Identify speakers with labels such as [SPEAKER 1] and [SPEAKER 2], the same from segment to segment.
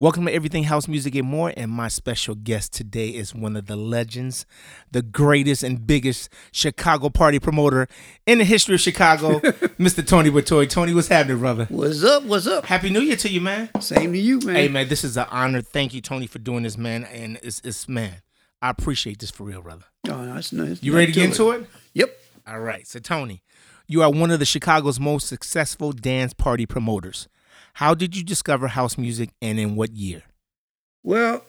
[SPEAKER 1] Welcome to Everything House Music and More. And my special guest today is one of the legends, the greatest and biggest Chicago party promoter in the history of Chicago, Mr. Tony Batoy. Tony, what's happening, brother?
[SPEAKER 2] What's up? What's up?
[SPEAKER 1] Happy New Year to you, man.
[SPEAKER 2] Same to you, man.
[SPEAKER 1] Hey, man, this is an honor. Thank you, Tony, for doing this, man. And it's, it's man, I appreciate this for real, brother.
[SPEAKER 2] Oh, that's nice.
[SPEAKER 1] You ready to get into it?
[SPEAKER 2] Yep.
[SPEAKER 1] All right. So, Tony, you are one of the Chicago's most successful dance party promoters. How did you discover house music and in what year?
[SPEAKER 2] Well,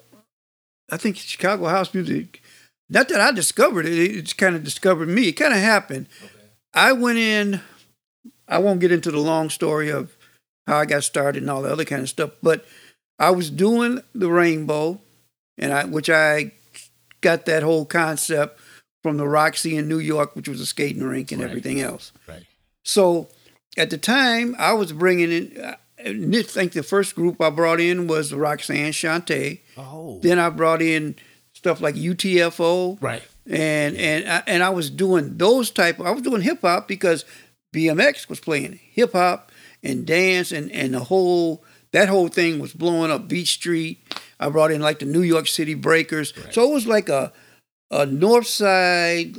[SPEAKER 2] I think Chicago house music. Not that I discovered it; it just kind of discovered me. It kind of happened. I went in. I won't get into the long story of how I got started and all the other kind of stuff, but I was doing the Rainbow, and I which I got that whole concept from the Roxy in New York, which was a skating rink and
[SPEAKER 1] Right.
[SPEAKER 2] everything else.
[SPEAKER 1] Right.
[SPEAKER 2] So at the time, I was bringing in. I I think the first group I brought in was Roxanne Shante.
[SPEAKER 1] Oh.
[SPEAKER 2] Then I brought in stuff like UTFO,
[SPEAKER 1] Right.
[SPEAKER 2] and and I, and I was doing those type. I was doing hip hop because BMX was playing hip hop and dance, and and the whole that whole thing was blowing up Beach Street. I brought in like the New York City Breakers, so it was like a a North Side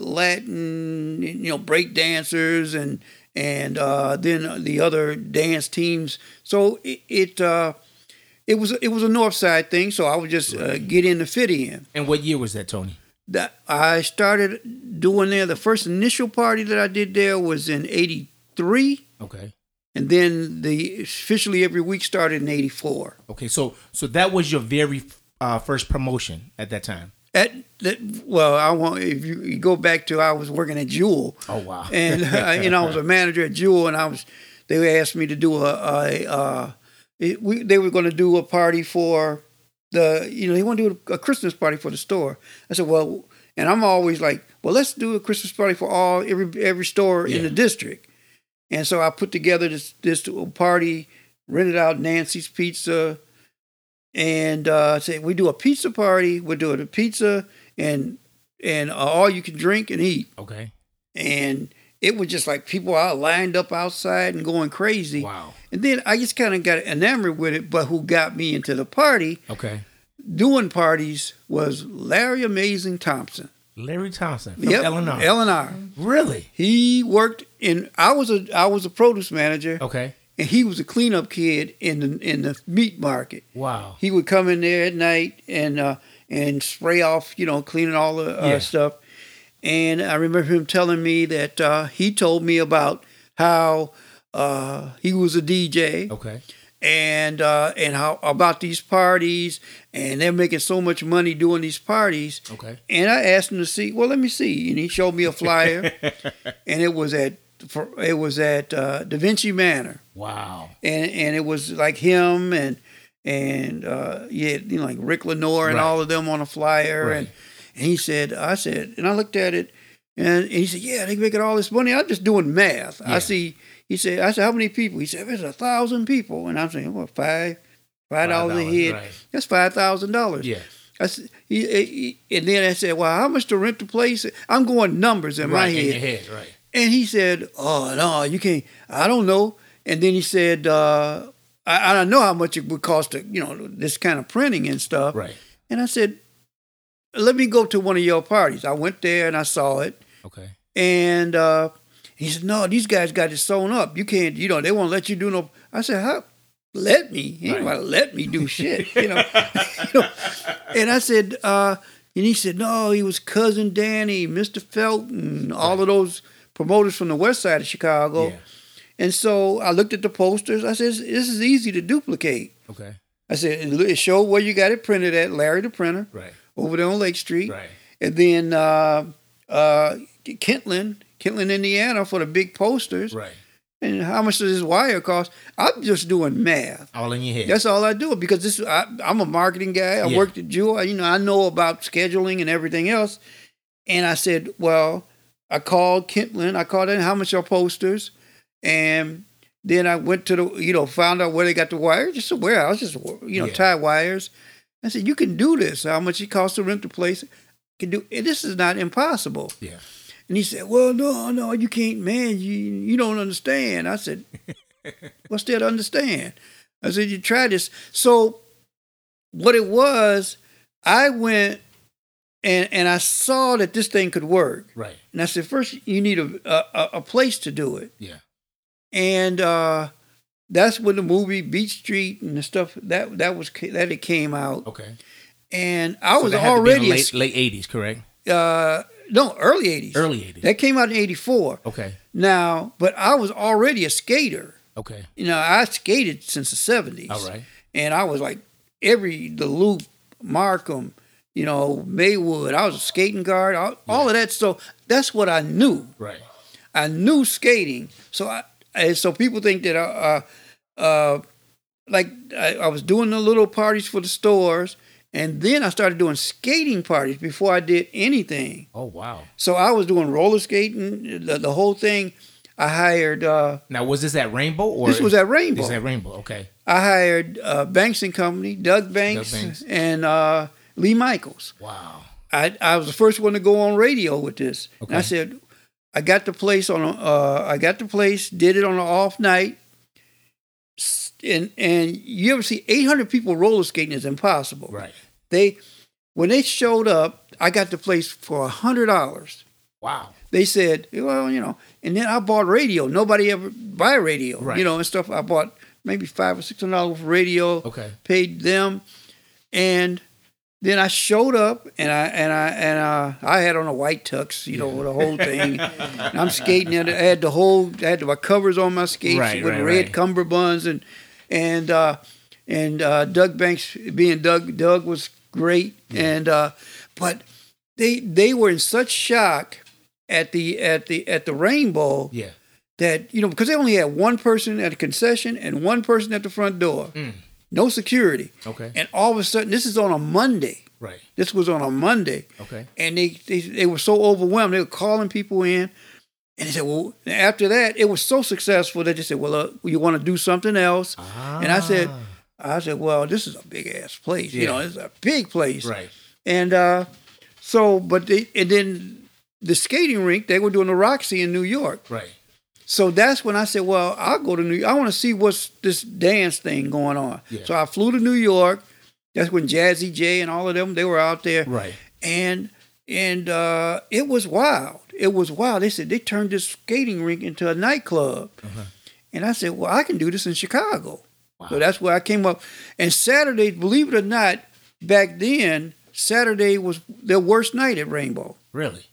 [SPEAKER 2] Latin, you know, break dancers and and uh, then the other dance teams. So it, it uh, it was it was a North Side thing. So I would just uh, get in to fit in
[SPEAKER 1] And what year was that, Tony?
[SPEAKER 2] that I started doing there. The first initial party that I did there was in '83,
[SPEAKER 1] Okay.
[SPEAKER 2] and then the officially every week started in '84.
[SPEAKER 1] Okay. So so that was your very uh, first promotion at that time.
[SPEAKER 2] At that, well, I want if you, you go back to I was working at Jewel.
[SPEAKER 1] Oh, wow.
[SPEAKER 2] And uh, you know I was a manager at Jewel, and I was they asked me to do a, a uh, it, we they were going to do a party for the you know they want to do a Christmas party for the store. I said well, and I'm always like well let's do a Christmas party for all every every store in the
[SPEAKER 1] Yeah.
[SPEAKER 2] district, and so I put together this this party, rented out Nancy's Pizza and uh, say we do a pizza party. We're doing a pizza and and uh, all you can drink and eat.
[SPEAKER 1] Okay.
[SPEAKER 2] And it was just like people are lined up outside and going crazy.
[SPEAKER 1] Wow.
[SPEAKER 2] And then I just kind of got enamored with it. But who got me into the party
[SPEAKER 1] Okay.
[SPEAKER 2] doing parties was Larry Amazing Thompson.
[SPEAKER 1] Larry Thompson from
[SPEAKER 2] Yep,
[SPEAKER 1] Illinois.
[SPEAKER 2] Eleanor.
[SPEAKER 1] Mm-hmm. really?
[SPEAKER 2] He worked in. I was a I was a produce manager,
[SPEAKER 1] Okay.
[SPEAKER 2] and he was a cleanup kid in the in the meat market.
[SPEAKER 1] Wow.
[SPEAKER 2] he would come in there at night and uh, and spray off, you know, cleaning all the uh,
[SPEAKER 1] Yeah.
[SPEAKER 2] stuff. And I remember him telling me that uh, he told me about how uh, he was a DJ
[SPEAKER 1] Okay.
[SPEAKER 2] and uh, and how about these parties and they're making so much money doing these parties.
[SPEAKER 1] Okay.
[SPEAKER 2] And I asked him to see. Well, let me see. And he showed me a flyer, and it was at for, it was at uh, Da Vinci Manor
[SPEAKER 1] Wow.
[SPEAKER 2] and and it was like him and and uh yeah you know like Rick Lenore and
[SPEAKER 1] Right.
[SPEAKER 2] all of them on a flyer and
[SPEAKER 1] Right.
[SPEAKER 2] and he said I said and I looked at it and, and he said yeah they making all this money I'm just doing math
[SPEAKER 1] Yeah.
[SPEAKER 2] I see he said I said how many people he said there's a thousand people and I'm saying well five five dollars a
[SPEAKER 1] dollars,
[SPEAKER 2] head
[SPEAKER 1] right.
[SPEAKER 2] that's five thousand dollars
[SPEAKER 1] Yeah.
[SPEAKER 2] I said, he, he- he- and then I said well how much to rent the place I'm going numbers in my
[SPEAKER 1] right.
[SPEAKER 2] head
[SPEAKER 1] In your head. Right.
[SPEAKER 2] and he said, "Oh no, you can't. I don't know." And then he said, uh, I, "I don't know how much it would cost to, you know, this kind of printing and stuff."
[SPEAKER 1] Right.
[SPEAKER 2] And I said, "Let me go to one of your parties." I went there and I saw it,
[SPEAKER 1] Okay.
[SPEAKER 2] and uh, he said, "No, these guys got it sewn up. You can't. You know, they won't let you do no." I said, "How? Let me? He ain't
[SPEAKER 1] Right.
[SPEAKER 2] gonna let me do shit." You know. You know? And I said, uh, and he said, "No, he was cousin Danny, Mister Felton, all of those promoters from the west side of Chicago."
[SPEAKER 1] Yeah.
[SPEAKER 2] And so I looked at the posters. I said, "This is easy to duplicate."
[SPEAKER 1] Okay.
[SPEAKER 2] I said, "It it showed where you got it printed at, Larry the printer,
[SPEAKER 1] Right.
[SPEAKER 2] over there on Lake Street."
[SPEAKER 1] Right.
[SPEAKER 2] And then uh, uh, Kentland, Kentland, Indiana, for the big posters.
[SPEAKER 1] Right.
[SPEAKER 2] And how much does this wire cost? I'm just doing math.
[SPEAKER 1] All in your head.
[SPEAKER 2] That's all I do because this I, I'm a marketing guy. I
[SPEAKER 1] Yeah.
[SPEAKER 2] worked at Jewel. You know, I know about scheduling and everything else. And I said, well, I called Kentland. I called in how much are posters, and then I went to the you know found out where they got the wire. Just a warehouse, just you know
[SPEAKER 1] Yeah.
[SPEAKER 2] tie wires. I said, you can do this. How much it costs to rent the place? Can do. and This is not impossible.
[SPEAKER 1] yeah.
[SPEAKER 2] And he said, "Well, no, no, you can't, man. You you don't understand." I said, "What's there to understand?" I said, "You try this." So what it was, I went and and I saw that this thing could work.
[SPEAKER 1] Right.
[SPEAKER 2] And I said, first you need a a, a place to do it.
[SPEAKER 1] Yeah.
[SPEAKER 2] And uh, that's when the movie Beach Street and the stuff that that was that it came out.
[SPEAKER 1] Okay.
[SPEAKER 2] And I
[SPEAKER 1] So
[SPEAKER 2] was
[SPEAKER 1] that had to be in
[SPEAKER 2] already a
[SPEAKER 1] late, late 80s, correct?
[SPEAKER 2] uh, no early eighties.
[SPEAKER 1] Early 80s.
[SPEAKER 2] That came out in eighty four.
[SPEAKER 1] okay.
[SPEAKER 2] Now, but I was already a skater.
[SPEAKER 1] Okay.
[SPEAKER 2] You know, I skated since the seventies.
[SPEAKER 1] All right.
[SPEAKER 2] And I was like every the loop, Markham, you know, Maywood. I was a skating guard, all, all of that. So that's what I knew.
[SPEAKER 1] Right.
[SPEAKER 2] I knew skating. So I and so people think that I, uh, uh, like I, I was doing the little parties for the stores, and then I started doing skating parties before I did anything.
[SPEAKER 1] Oh, wow.
[SPEAKER 2] So I was doing roller skating, the, the whole thing. I hired. Uh,
[SPEAKER 1] Now, was this at Rainbow? Or
[SPEAKER 2] this was at Rainbow.
[SPEAKER 1] This at Rainbow. Okay.
[SPEAKER 2] I hired uh, Banks and Company, Doug Banks,
[SPEAKER 1] Banks.
[SPEAKER 2] and uh, Lee Michaels.
[SPEAKER 1] Wow.
[SPEAKER 2] I, I was the first one to go on radio with this. And I
[SPEAKER 1] Okay.
[SPEAKER 2] said, I got the place on. a- Uh, I got the place. Did it on an off night. S- And and you ever see 800 people roller skating is impossible.
[SPEAKER 1] Right.
[SPEAKER 2] They when they showed up, I got the place for hundred dollars.
[SPEAKER 1] Wow.
[SPEAKER 2] they said, well, you know, and then I bought radio. Nobody ever buy radio,
[SPEAKER 1] Right.
[SPEAKER 2] you know, and stuff. I bought maybe five or six hundred dollars for radio,
[SPEAKER 1] Okay.
[SPEAKER 2] paid them, and then I showed up and I and I and uh, I had on a white tux, you know, with the whole thing. and I'm skating. And I had the whole, I had my covers on my skates
[SPEAKER 1] Right,
[SPEAKER 2] with
[SPEAKER 1] right,
[SPEAKER 2] red
[SPEAKER 1] right.
[SPEAKER 2] cummerbunds and and uh, and uh, Doug Banks being Doug. Doug was great, and uh, but they they were in such shock at the at the at the Rainbow
[SPEAKER 1] Yeah.
[SPEAKER 2] that you know because they only had one person at the concession and one person at the front door,
[SPEAKER 1] Hmm.
[SPEAKER 2] no security,
[SPEAKER 1] Okay.
[SPEAKER 2] and all of a sudden this is on a Monday.
[SPEAKER 1] Right.
[SPEAKER 2] This was on a Monday,
[SPEAKER 1] Okay.
[SPEAKER 2] and they they, they were so overwhelmed. They were calling people in. And they said, well, after that, it was so successful that they said, well, uh, you want to do something else? And I said,
[SPEAKER 1] Ah.
[SPEAKER 2] I said, well, this is a big ass place. You
[SPEAKER 1] Yeah.
[SPEAKER 2] know, it's a big place.
[SPEAKER 1] right.
[SPEAKER 2] And uh, so, but they, and then the skating rink, they were doing the Roxy in New York.
[SPEAKER 1] Right.
[SPEAKER 2] So that's when I said, well, I'll go to New York. I want to see what's this dance thing going on.
[SPEAKER 1] Yeah.
[SPEAKER 2] So I flew to New York. That's when Jazzy J and all of them, they were out there.
[SPEAKER 1] Right.
[SPEAKER 2] And, and uh, it was wild. It was wild. They said they turned this skating rink into a nightclub.
[SPEAKER 1] Uh-huh.
[SPEAKER 2] And I said, well, I can do this in Chicago. So that's where I came up. And Saturday, believe it or not, back then, Saturday was their worst night at Rainbow.
[SPEAKER 1] Really.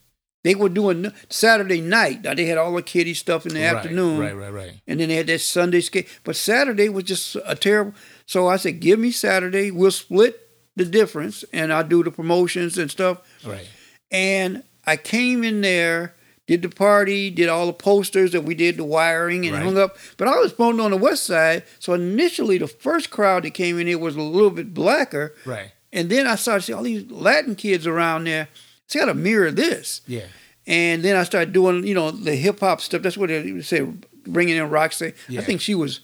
[SPEAKER 2] They were doing Saturday night. Now they had all the kiddie stuff in the
[SPEAKER 1] Right,
[SPEAKER 2] afternoon.
[SPEAKER 1] Right. Right. Right.
[SPEAKER 2] And then they had that Sunday skate. But Saturday was just a terrible. So I said, give me Saturday. We'll split the difference and I'll do the promotions and stuff.
[SPEAKER 1] Right.
[SPEAKER 2] And I came in there, did the party, did all the posters that we did, the wiring and
[SPEAKER 1] Right.
[SPEAKER 2] hung up. But I was filmed on the west side. So initially, the first crowd that came in here was a little bit blacker.
[SPEAKER 1] Right.
[SPEAKER 2] And then I started to see all these Latin kids around there. See how to mirror this.
[SPEAKER 1] Yeah.
[SPEAKER 2] And then I started doing, you know, the hip hop stuff. That's what they would say, bringing in Roxy.
[SPEAKER 1] Yeah.
[SPEAKER 2] I think she was,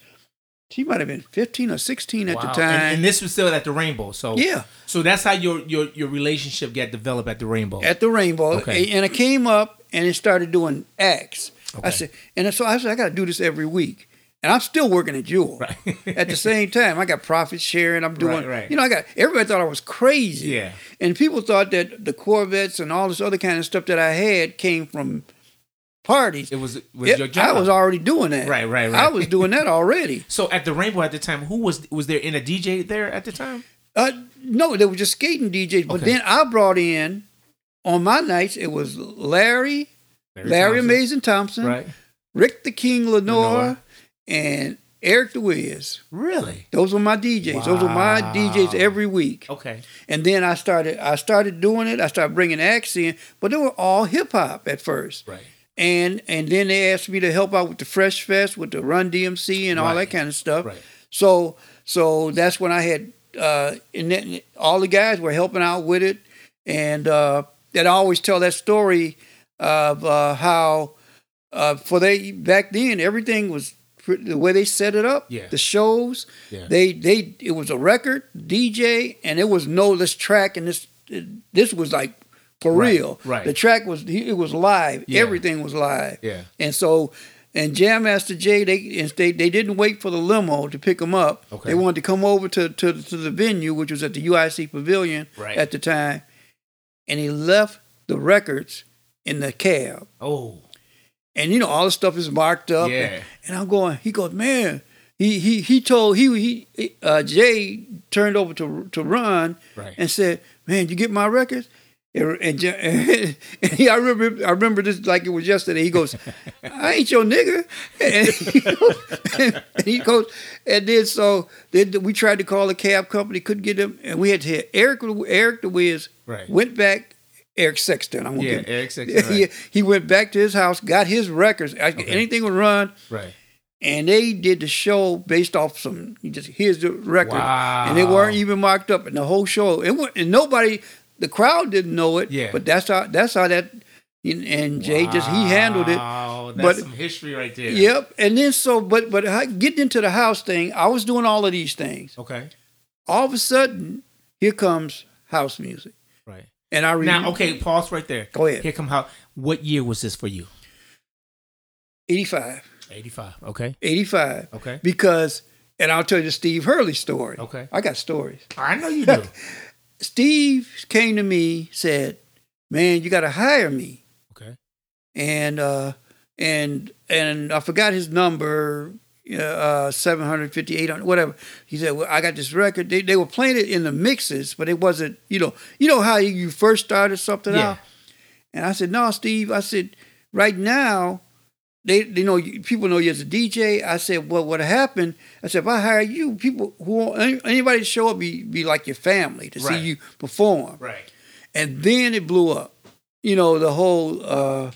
[SPEAKER 2] she might have been 15 or 16 at the
[SPEAKER 1] Wow.
[SPEAKER 2] time.
[SPEAKER 1] And, and this was still at the Rainbow. So
[SPEAKER 2] Yeah.
[SPEAKER 1] So that's how your your your relationship got developed at the Rainbow.
[SPEAKER 2] at the Rainbow,
[SPEAKER 1] Okay.
[SPEAKER 2] A- and I came up and it started doing acts. I
[SPEAKER 1] Okay.
[SPEAKER 2] said, and so I said, I got to do this every week, and I'm still working at Jewel.
[SPEAKER 1] Right.
[SPEAKER 2] at the same time, I got profit sharing. I'm doing,
[SPEAKER 1] Right, right.
[SPEAKER 2] you know, I got everybody thought I was crazy.
[SPEAKER 1] Yeah.
[SPEAKER 2] and people thought that the Corvettes and all this other kind of stuff that I had came from parties.
[SPEAKER 1] it was was
[SPEAKER 2] It-
[SPEAKER 1] your job.
[SPEAKER 2] I was already doing that.
[SPEAKER 1] Right, right, right.
[SPEAKER 2] I was doing that already.
[SPEAKER 1] so at the Rainbow at the time, who was was there in a DJ there at the time?
[SPEAKER 2] Uh, no, they were just skating DJs. But
[SPEAKER 1] Okay.
[SPEAKER 2] then I brought in on my nights. It was Larry, Larry
[SPEAKER 1] Thompson.
[SPEAKER 2] Mason Thompson,
[SPEAKER 1] Right.
[SPEAKER 2] Rick the King Lenore,
[SPEAKER 1] Lenore.
[SPEAKER 2] and Eric the Wiz.
[SPEAKER 1] Really.
[SPEAKER 2] Those were my DJs. Those were my DJs every week.
[SPEAKER 1] Okay.
[SPEAKER 2] And then I started I started doing it. I started bringing acts in, but they were all hip hop at first.
[SPEAKER 1] Right.
[SPEAKER 2] And and then they asked me to help out with the Fresh Fest, with the Run DMC, and all that
[SPEAKER 1] Right.
[SPEAKER 2] kind of stuff.
[SPEAKER 1] Right.
[SPEAKER 2] So so that's when I had uh, and then all the guys were helping out with it, and uh, and I always tell that story of uh, how uh, for they back then everything was pr- the way they set it up.
[SPEAKER 1] Yeah.
[SPEAKER 2] The shows
[SPEAKER 1] Yeah.
[SPEAKER 2] they they it was a record DJ and it was no this track and this this was like for
[SPEAKER 1] Right,
[SPEAKER 2] real.
[SPEAKER 1] right.
[SPEAKER 2] The track was it was live.
[SPEAKER 1] Yeah.
[SPEAKER 2] Everything was live.
[SPEAKER 1] Yeah.
[SPEAKER 2] And so and Jam Master Jay, they they they didn't wait for the limo to pick him up.
[SPEAKER 1] Okay.
[SPEAKER 2] They wanted to come over to to to the venue, which was at the UIC Pavilion
[SPEAKER 1] Right.
[SPEAKER 2] at the time, and he left the records in the cab.
[SPEAKER 1] Oh,
[SPEAKER 2] And you know all the stuff is marked up.
[SPEAKER 1] Yeah.
[SPEAKER 2] And, and I'm going. He goes, man. He he he told he he uh, Jay turned over to to Ron
[SPEAKER 1] Right.
[SPEAKER 2] and said, man, you get my records. And, and, Ja- and he, I remember, I remember this like it was yesterday. He goes, "I ain't your nigga," and, he goes, and then so then we tried to call the cab company, couldn't get them, and we had to hit Eric. Eric the Wiz
[SPEAKER 1] Right.
[SPEAKER 2] went back. Eric Sexton, I won't
[SPEAKER 1] Yeah,
[SPEAKER 2] get
[SPEAKER 1] Eric Sexton, right.
[SPEAKER 2] he, he went back to his house, got his records. I- Anything would run,
[SPEAKER 1] right.
[SPEAKER 2] and they did the show based off some you just here's the record,
[SPEAKER 1] Wow.
[SPEAKER 2] and they weren't even marked up in the whole show. It wa- and nobody, the crowd didn't know it.
[SPEAKER 1] Yeah.
[SPEAKER 2] but that's how that's how that and, and Jay just he handled it.
[SPEAKER 1] Wow, that's
[SPEAKER 2] but-
[SPEAKER 1] some history right there.
[SPEAKER 2] Yep, and then so but but I- getting into the house thing, I was doing all of these things.
[SPEAKER 1] Okay.
[SPEAKER 2] All of a sudden, here comes house music,
[SPEAKER 1] Right.
[SPEAKER 2] and I re-
[SPEAKER 1] Now, okay, pause right there.
[SPEAKER 2] Go ahead.
[SPEAKER 1] Here come how. What year was this for you?
[SPEAKER 2] 85,
[SPEAKER 1] 85. Okay.
[SPEAKER 2] 85.
[SPEAKER 1] Okay.
[SPEAKER 2] because and I'll tell you the Steve Hurley story.
[SPEAKER 1] Okay.
[SPEAKER 2] I got stories.
[SPEAKER 1] I know you do.
[SPEAKER 2] Steve came to me said, "Man, you got to hire me."
[SPEAKER 1] okay.
[SPEAKER 2] And uh, and and I forgot his number, uh, 750, 800, whatever. He said, "Well, I got this record. They, they were playing it in the mixes, but it wasn't. You know, you know how you first started something
[SPEAKER 1] Yeah.
[SPEAKER 2] out." And I said, "No, Steve. I said, right now, they they know you, people know you as a DJ." I said, "Well, what happened?" I said, "If I hire you, people who any- anybody to show up be be like your family to
[SPEAKER 1] Right.
[SPEAKER 2] see you perform."
[SPEAKER 1] Right.
[SPEAKER 2] And then it blew up. You know the whole uh,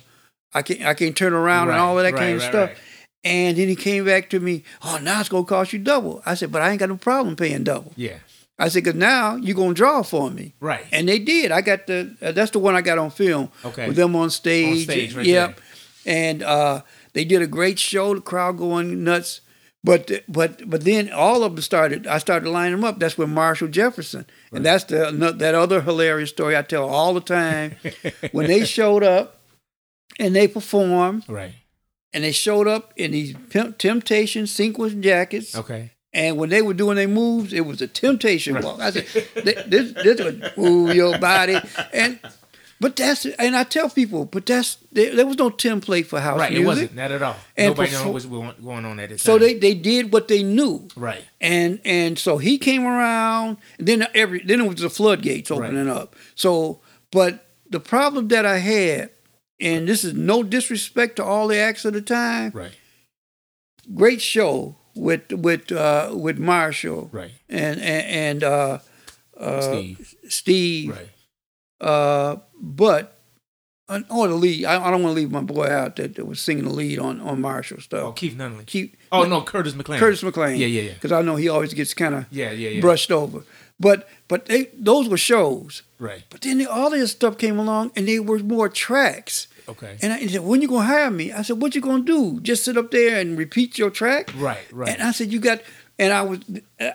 [SPEAKER 2] I can't I can't turn around
[SPEAKER 1] Right,
[SPEAKER 2] and all of that
[SPEAKER 1] right,
[SPEAKER 2] kind of
[SPEAKER 1] right,
[SPEAKER 2] stuff.
[SPEAKER 1] right.
[SPEAKER 2] And then he came back to me. Oh, now it's gonna cost you double. I said, but I ain't got no problem paying double.
[SPEAKER 1] Yeah.
[SPEAKER 2] I said, cause now you gonna draw for me.
[SPEAKER 1] Right.
[SPEAKER 2] And they did. I got the uh, that's the one I got on film.
[SPEAKER 1] Okay.
[SPEAKER 2] With them on stage.
[SPEAKER 1] On stage, right
[SPEAKER 2] yep. And uh, they did a great show. The crowd going nuts. But but but then all of them started. I started lining them up. That's when Marshall Jefferson. And that's the no- that other hilarious story I tell all the time. when they showed up and they performed
[SPEAKER 1] right.
[SPEAKER 2] and they showed up in these Temp- temptation sequence jackets.
[SPEAKER 1] Okay.
[SPEAKER 2] And when they were doing their moves, it was a temptation walk. I said, "Th- "This, this would move your body." And but that's and I tell people, but that's there, there was no template for house
[SPEAKER 1] Right.
[SPEAKER 2] music.
[SPEAKER 1] It wasn't that at all.
[SPEAKER 2] And
[SPEAKER 1] Nobody
[SPEAKER 2] befo-
[SPEAKER 1] knows what was going going on at this
[SPEAKER 2] So
[SPEAKER 1] time.
[SPEAKER 2] they they did what they knew,
[SPEAKER 1] Right.
[SPEAKER 2] and and so he came around. And then every then it was the floodgates opening up. So, but the problem that I had, and this is no disrespect to all the acts of the time,
[SPEAKER 1] Right.
[SPEAKER 2] great show with with uh, with Marshall
[SPEAKER 1] Right.
[SPEAKER 2] and and, and uh,
[SPEAKER 1] Steve.
[SPEAKER 2] Steve.
[SPEAKER 1] Right.
[SPEAKER 2] Uh, but and- or the lead. I, I don't want to leave my boy out that, that was singing the lead on on Marshall stuff.
[SPEAKER 1] Oh, Keith Nunley.
[SPEAKER 2] Keep
[SPEAKER 1] Oh no, Curtis McLean.
[SPEAKER 2] Curtis McLean.
[SPEAKER 1] Yeah, yeah, yeah.
[SPEAKER 2] Because I know he always gets kind of
[SPEAKER 1] Yeah, yeah, yeah.
[SPEAKER 2] brushed over. But but they those were shows.
[SPEAKER 1] Right.
[SPEAKER 2] But then all this stuff came along, and they were more tracks.
[SPEAKER 1] Okay.
[SPEAKER 2] And I he said, "When you gonna hire me?" I said, "What you gonna do? Just sit up there and repeat your track?"
[SPEAKER 1] Right, right.
[SPEAKER 2] And I said, "You got." And I was,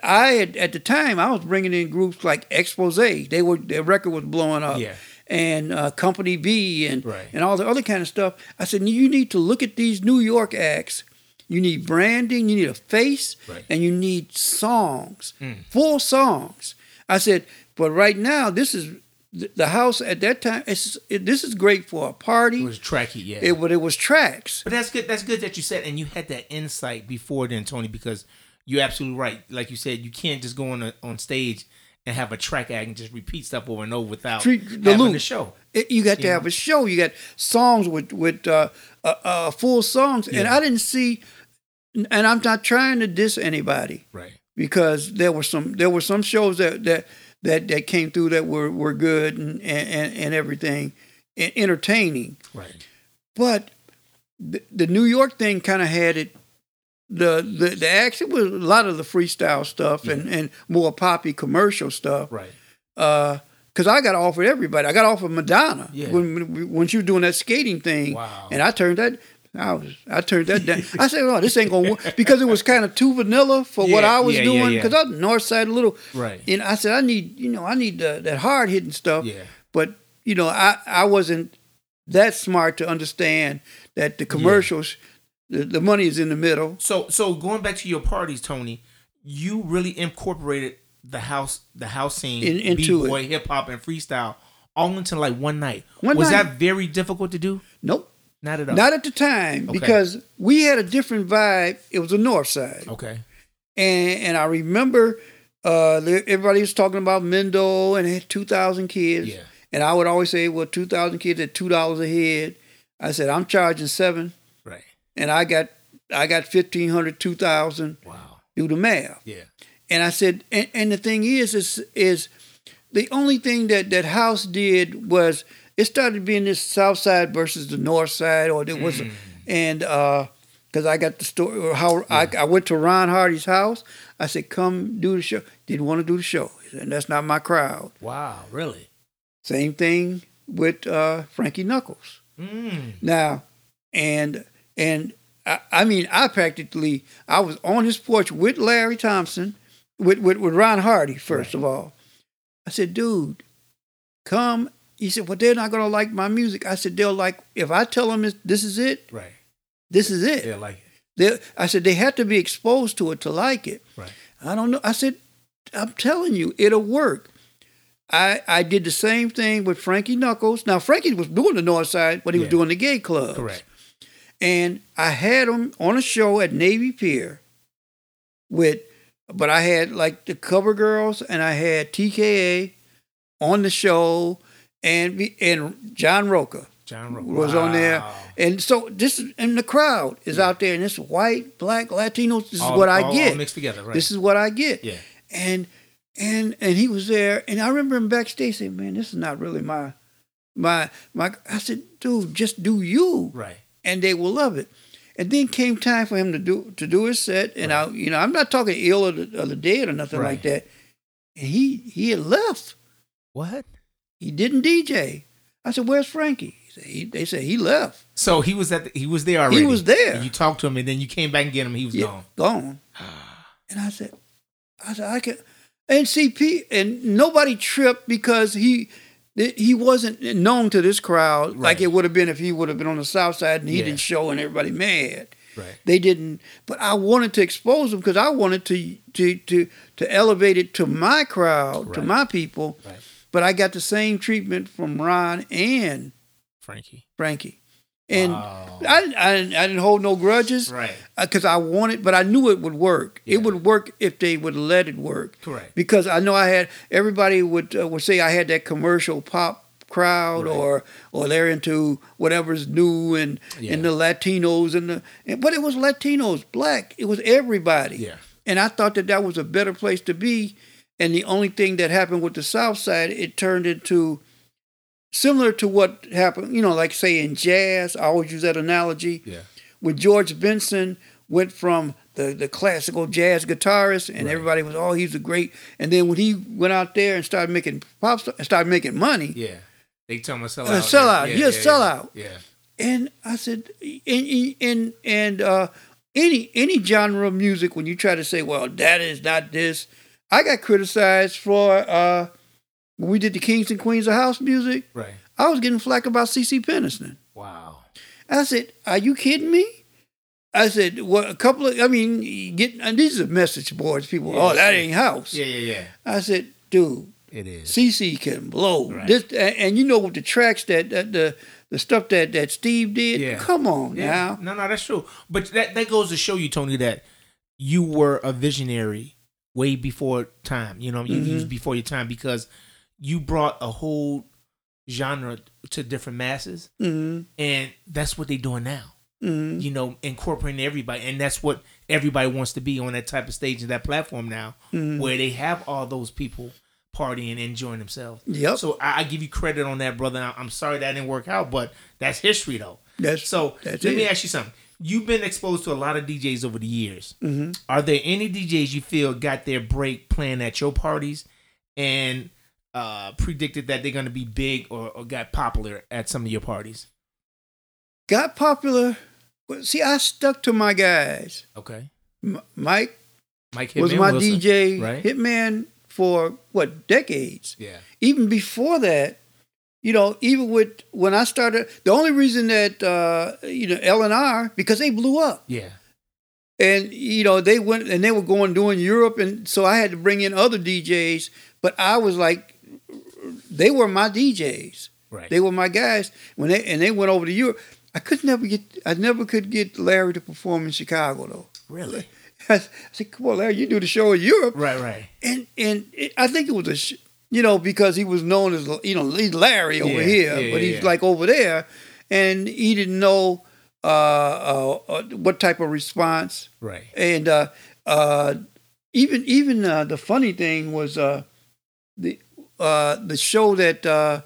[SPEAKER 2] I had at the time I was bringing in groups like Expose. They were their record was blowing up.
[SPEAKER 1] Yeah.
[SPEAKER 2] And uh, Company B and
[SPEAKER 1] Right.
[SPEAKER 2] and all the other kind of stuff. I said, "You need to look at these New York acts." You need branding, you need a face,
[SPEAKER 1] Right. Hmm.
[SPEAKER 2] and you need songs, full songs. I said, but right now, this is th- the house at that time. It's, it, this is great for a party.
[SPEAKER 1] it was tracky, yeah.
[SPEAKER 2] It but it was tracks.
[SPEAKER 1] But that's good. That's good that you said, and you had that insight before then, Tony, because you're absolutely right. Like you said, you can't just go on a, on stage and have a track act and just repeat stuff over and over without
[SPEAKER 2] Treat the
[SPEAKER 1] having
[SPEAKER 2] loop.
[SPEAKER 1] the show.
[SPEAKER 2] It- you got to have a show. You got songs with with uh, uh, uh, full songs, and
[SPEAKER 1] Yeah.
[SPEAKER 2] I didn't see. And I'm not trying to diss anybody
[SPEAKER 1] Right.
[SPEAKER 2] because there were some there were some shows that that that, that came through that were, were good and, and, and everything, and entertaining.
[SPEAKER 1] Right.
[SPEAKER 2] But the, the New York thing kind of had it. The, the the acts it was a lot of the freestyle stuff and, and more poppy commercial stuff.
[SPEAKER 1] Right.
[SPEAKER 2] because Uh, I got offered everybody. I got offered Madonna
[SPEAKER 1] Yeah.
[SPEAKER 2] when, when when she was doing that skating thing.
[SPEAKER 1] Wow.
[SPEAKER 2] And I turned that. I was I turned that down. I said, "Oh, this ain't gonna work," because it was kind of too vanilla for what
[SPEAKER 1] Yeah,
[SPEAKER 2] I was
[SPEAKER 1] yeah, yeah,
[SPEAKER 2] doing.
[SPEAKER 1] yeah.
[SPEAKER 2] Because I'm north side a little,
[SPEAKER 1] Right.
[SPEAKER 2] And I said, "I need, you know, I need the, that hard hitting stuff."
[SPEAKER 1] Yeah.
[SPEAKER 2] But you know, I I wasn't that smart to understand that the commercials The, the money is in the middle.
[SPEAKER 1] So so going back to your parties, Tony, you really incorporated the house the house scene
[SPEAKER 2] In- into
[SPEAKER 1] b-boy, hip hop and freestyle all into like one night.
[SPEAKER 2] One
[SPEAKER 1] was
[SPEAKER 2] night.
[SPEAKER 1] that very difficult to do?
[SPEAKER 2] Nope.
[SPEAKER 1] Not at all.
[SPEAKER 2] Not at the time
[SPEAKER 1] Okay.
[SPEAKER 2] because we had a different vibe. It was the north side.
[SPEAKER 1] okay.
[SPEAKER 2] And and I remember uh, the- everybody was talking about Mendo and had 2,000 kids.
[SPEAKER 1] Yeah.
[SPEAKER 2] And I would always say, well, 2,000 kids at $2 a head. I said, I'm charging seven.
[SPEAKER 1] Right.
[SPEAKER 2] And I got I got 1,500, 2,000.
[SPEAKER 1] Wow.
[SPEAKER 2] Do the math.
[SPEAKER 1] Yeah.
[SPEAKER 2] And I said, and, and the thing is, is, is the only thing that, that House did was it started being this South Side versus the North Side, or there was, and because I got the story, or how I, I went to Ron Hardy's house. I said, come do the show. Didn't want to do the show. He said, that's not my crowd.
[SPEAKER 1] Wow. Really.
[SPEAKER 2] Same thing with uh, Frankie Knuckles.
[SPEAKER 1] Mm.
[SPEAKER 2] Now, and and I, I mean, I practically I was on his porch with Larry Thompson, with with, with Ron Hardy first of all. I said, dude, come. He said, well, they're not gonna like my music. I said, they'll like if I tell them it's- this is it.
[SPEAKER 1] Right.
[SPEAKER 2] This is it.
[SPEAKER 1] Yeah. Like it.
[SPEAKER 2] They, I said they have to be exposed to it to like it.
[SPEAKER 1] Right.
[SPEAKER 2] I don't know. I said, I'm telling you, it'll work. I I did the same thing with Frankie Knuckles. Now Frankie was doing the North Side, but he
[SPEAKER 1] Yeah.
[SPEAKER 2] was doing the gay clubs.
[SPEAKER 1] Correct.
[SPEAKER 2] And I had him on a show at Navy Pier with, but I had like the cover girls and I had TKA on the show and we- and John Roca
[SPEAKER 1] John Rowe
[SPEAKER 2] was on there.
[SPEAKER 1] Wow.
[SPEAKER 2] And so this is, and the crowd is out there and it's white, black, Latinos. This
[SPEAKER 1] All-
[SPEAKER 2] is what I
[SPEAKER 1] all- all
[SPEAKER 2] get.
[SPEAKER 1] mixed together. Right.
[SPEAKER 2] This is what I get.
[SPEAKER 1] yeah.
[SPEAKER 2] And and and he was there, and I remember him backstage saying, "Man, this is not really my my my." I said, "Dude, just do you,
[SPEAKER 1] Right.
[SPEAKER 2] and they will love it." And then came time for him to do to do his set, and I, you know, I'm not talking ill of the, of the dead or nothing
[SPEAKER 1] Right.
[SPEAKER 2] like that. And he he had left.
[SPEAKER 1] What?
[SPEAKER 2] He didn't DJ. I said, "Where's Frankie?" He said, he, they said he left.
[SPEAKER 1] So he was at the, he was there already.
[SPEAKER 2] was there.
[SPEAKER 1] And you talked to him, and then you came back and get him. He was
[SPEAKER 2] Yeah,
[SPEAKER 1] gone. Ah.
[SPEAKER 2] gone. And I said, I said I can. And CP and nobody tripped because he th- he wasn't known to this crowd like
[SPEAKER 1] Right.
[SPEAKER 2] it would have been if he would have been on the south side and he
[SPEAKER 1] Yeah.
[SPEAKER 2] didn't show and everybody mad.
[SPEAKER 1] Right.
[SPEAKER 2] They didn't, but I wanted to expose them because I wanted to to to to elevate it to my crowd, to
[SPEAKER 1] Right.
[SPEAKER 2] my people.
[SPEAKER 1] Right.
[SPEAKER 2] But I got the same treatment from Ron and
[SPEAKER 1] Frankie.
[SPEAKER 2] Frankie, and
[SPEAKER 1] Wow.
[SPEAKER 2] I, didn't- I didn't I didn't hold no grudges
[SPEAKER 1] Right.
[SPEAKER 2] because I wanted, but I knew it would work.
[SPEAKER 1] Yeah.
[SPEAKER 2] It would work if they would let it work.
[SPEAKER 1] Correct.
[SPEAKER 2] Because I know I had everybody would uh, would say I had that commercial pop crowd,
[SPEAKER 1] Right.
[SPEAKER 2] or or they're into whatever's new and
[SPEAKER 1] Yeah.
[SPEAKER 2] and the Latinos and the and, but it was Latinos, black, it was everybody.
[SPEAKER 1] Yeah.
[SPEAKER 2] And I thought that that was a better place to be. And the only thing that happened with the South Side, it turned into similar to what happened, you know, like say in jazz. I always use that analogy
[SPEAKER 1] Yeah.
[SPEAKER 2] when George Benson went from the, the classical jazz guitarist and
[SPEAKER 1] Right.
[SPEAKER 2] everybody was oh he's a great and then when he went out there and started making pop star, started making money
[SPEAKER 1] Yeah. They tell him a sellout.
[SPEAKER 2] Uh, sellout. Yeah, sellout.
[SPEAKER 1] Yeah.
[SPEAKER 2] and I said and and and uh, any any genre of music when you try to say well that is not this I got criticized for uh, when we did the Kings and Queens of House music
[SPEAKER 1] Right.
[SPEAKER 2] I was getting flack about CC Peniston
[SPEAKER 1] Wow.
[SPEAKER 2] I said, "Are you kidding me?" I said, "Well, a couple of, I mean, you get and these are message boards. People,
[SPEAKER 1] Yeah.
[SPEAKER 2] oh, that ain't house."
[SPEAKER 1] Yeah. Yeah. Yeah.
[SPEAKER 2] I said, "Dude,
[SPEAKER 1] It is.
[SPEAKER 2] CC can blow
[SPEAKER 1] Right.
[SPEAKER 2] this, and, and you know with the tracks that, that the the stuff that that Steve did.
[SPEAKER 1] Yeah.
[SPEAKER 2] Come on
[SPEAKER 1] Yeah.
[SPEAKER 2] now,
[SPEAKER 1] No, no, that's true. But that that goes to show you, Tony, that you were a visionary way before time. You know, you you was before your time because you brought a whole genre to different masses,
[SPEAKER 2] mm
[SPEAKER 1] and that's what they're doing now.
[SPEAKER 2] mm
[SPEAKER 1] You know, incorporating everybody, and that's what everybody wants to be on that type of stage and that platform now, where they have all those people partying and enjoying themselves.
[SPEAKER 2] yep,
[SPEAKER 1] So I, I give you credit on that, brother. I- I'm sorry that didn't work out, but that's history, though.
[SPEAKER 2] that's
[SPEAKER 1] So
[SPEAKER 2] That's
[SPEAKER 1] let me
[SPEAKER 2] it.
[SPEAKER 1] ask you something. You've been exposed to a lot of DJs over the years.
[SPEAKER 2] Mhm.
[SPEAKER 1] Are there any DJs you feel got their break playing at your parties and uh, predicted that they're going to be big or, or got popular at some of your parties?
[SPEAKER 2] got popular. Well, See, I stuck to my guys.
[SPEAKER 1] Okay.
[SPEAKER 2] M- Mike
[SPEAKER 1] Mike Hitman
[SPEAKER 2] was my
[SPEAKER 1] Wilson.
[SPEAKER 2] DJ
[SPEAKER 1] right?
[SPEAKER 2] hitman for what decades.
[SPEAKER 1] Yeah.
[SPEAKER 2] even before that, you know, even with when I started, the only reason that uh, you know L and R because they blew up,
[SPEAKER 1] Yeah.
[SPEAKER 2] and you know they went and they were going doing Europe, and so I had to bring in other DJs, but I was like, they were my DJs,
[SPEAKER 1] Right.
[SPEAKER 2] they were my guys when they and they went over to Europe. I could never get, I never could get Larry to perform in Chicago though.
[SPEAKER 1] really.
[SPEAKER 2] I said, come on, Larry, you do the show in Europe
[SPEAKER 1] Right. Right.
[SPEAKER 2] and and it, I think it was a sh- you know because he was known as you know he's Larry over
[SPEAKER 1] Yeah,
[SPEAKER 2] here,
[SPEAKER 1] yeah,
[SPEAKER 2] but he's
[SPEAKER 1] yeah.
[SPEAKER 2] like over there, and he didn't know uh, uh, uh, what type of response.
[SPEAKER 1] Right.
[SPEAKER 2] And uh, uh, even even uh, the funny thing was uh, the uh, the show that uh,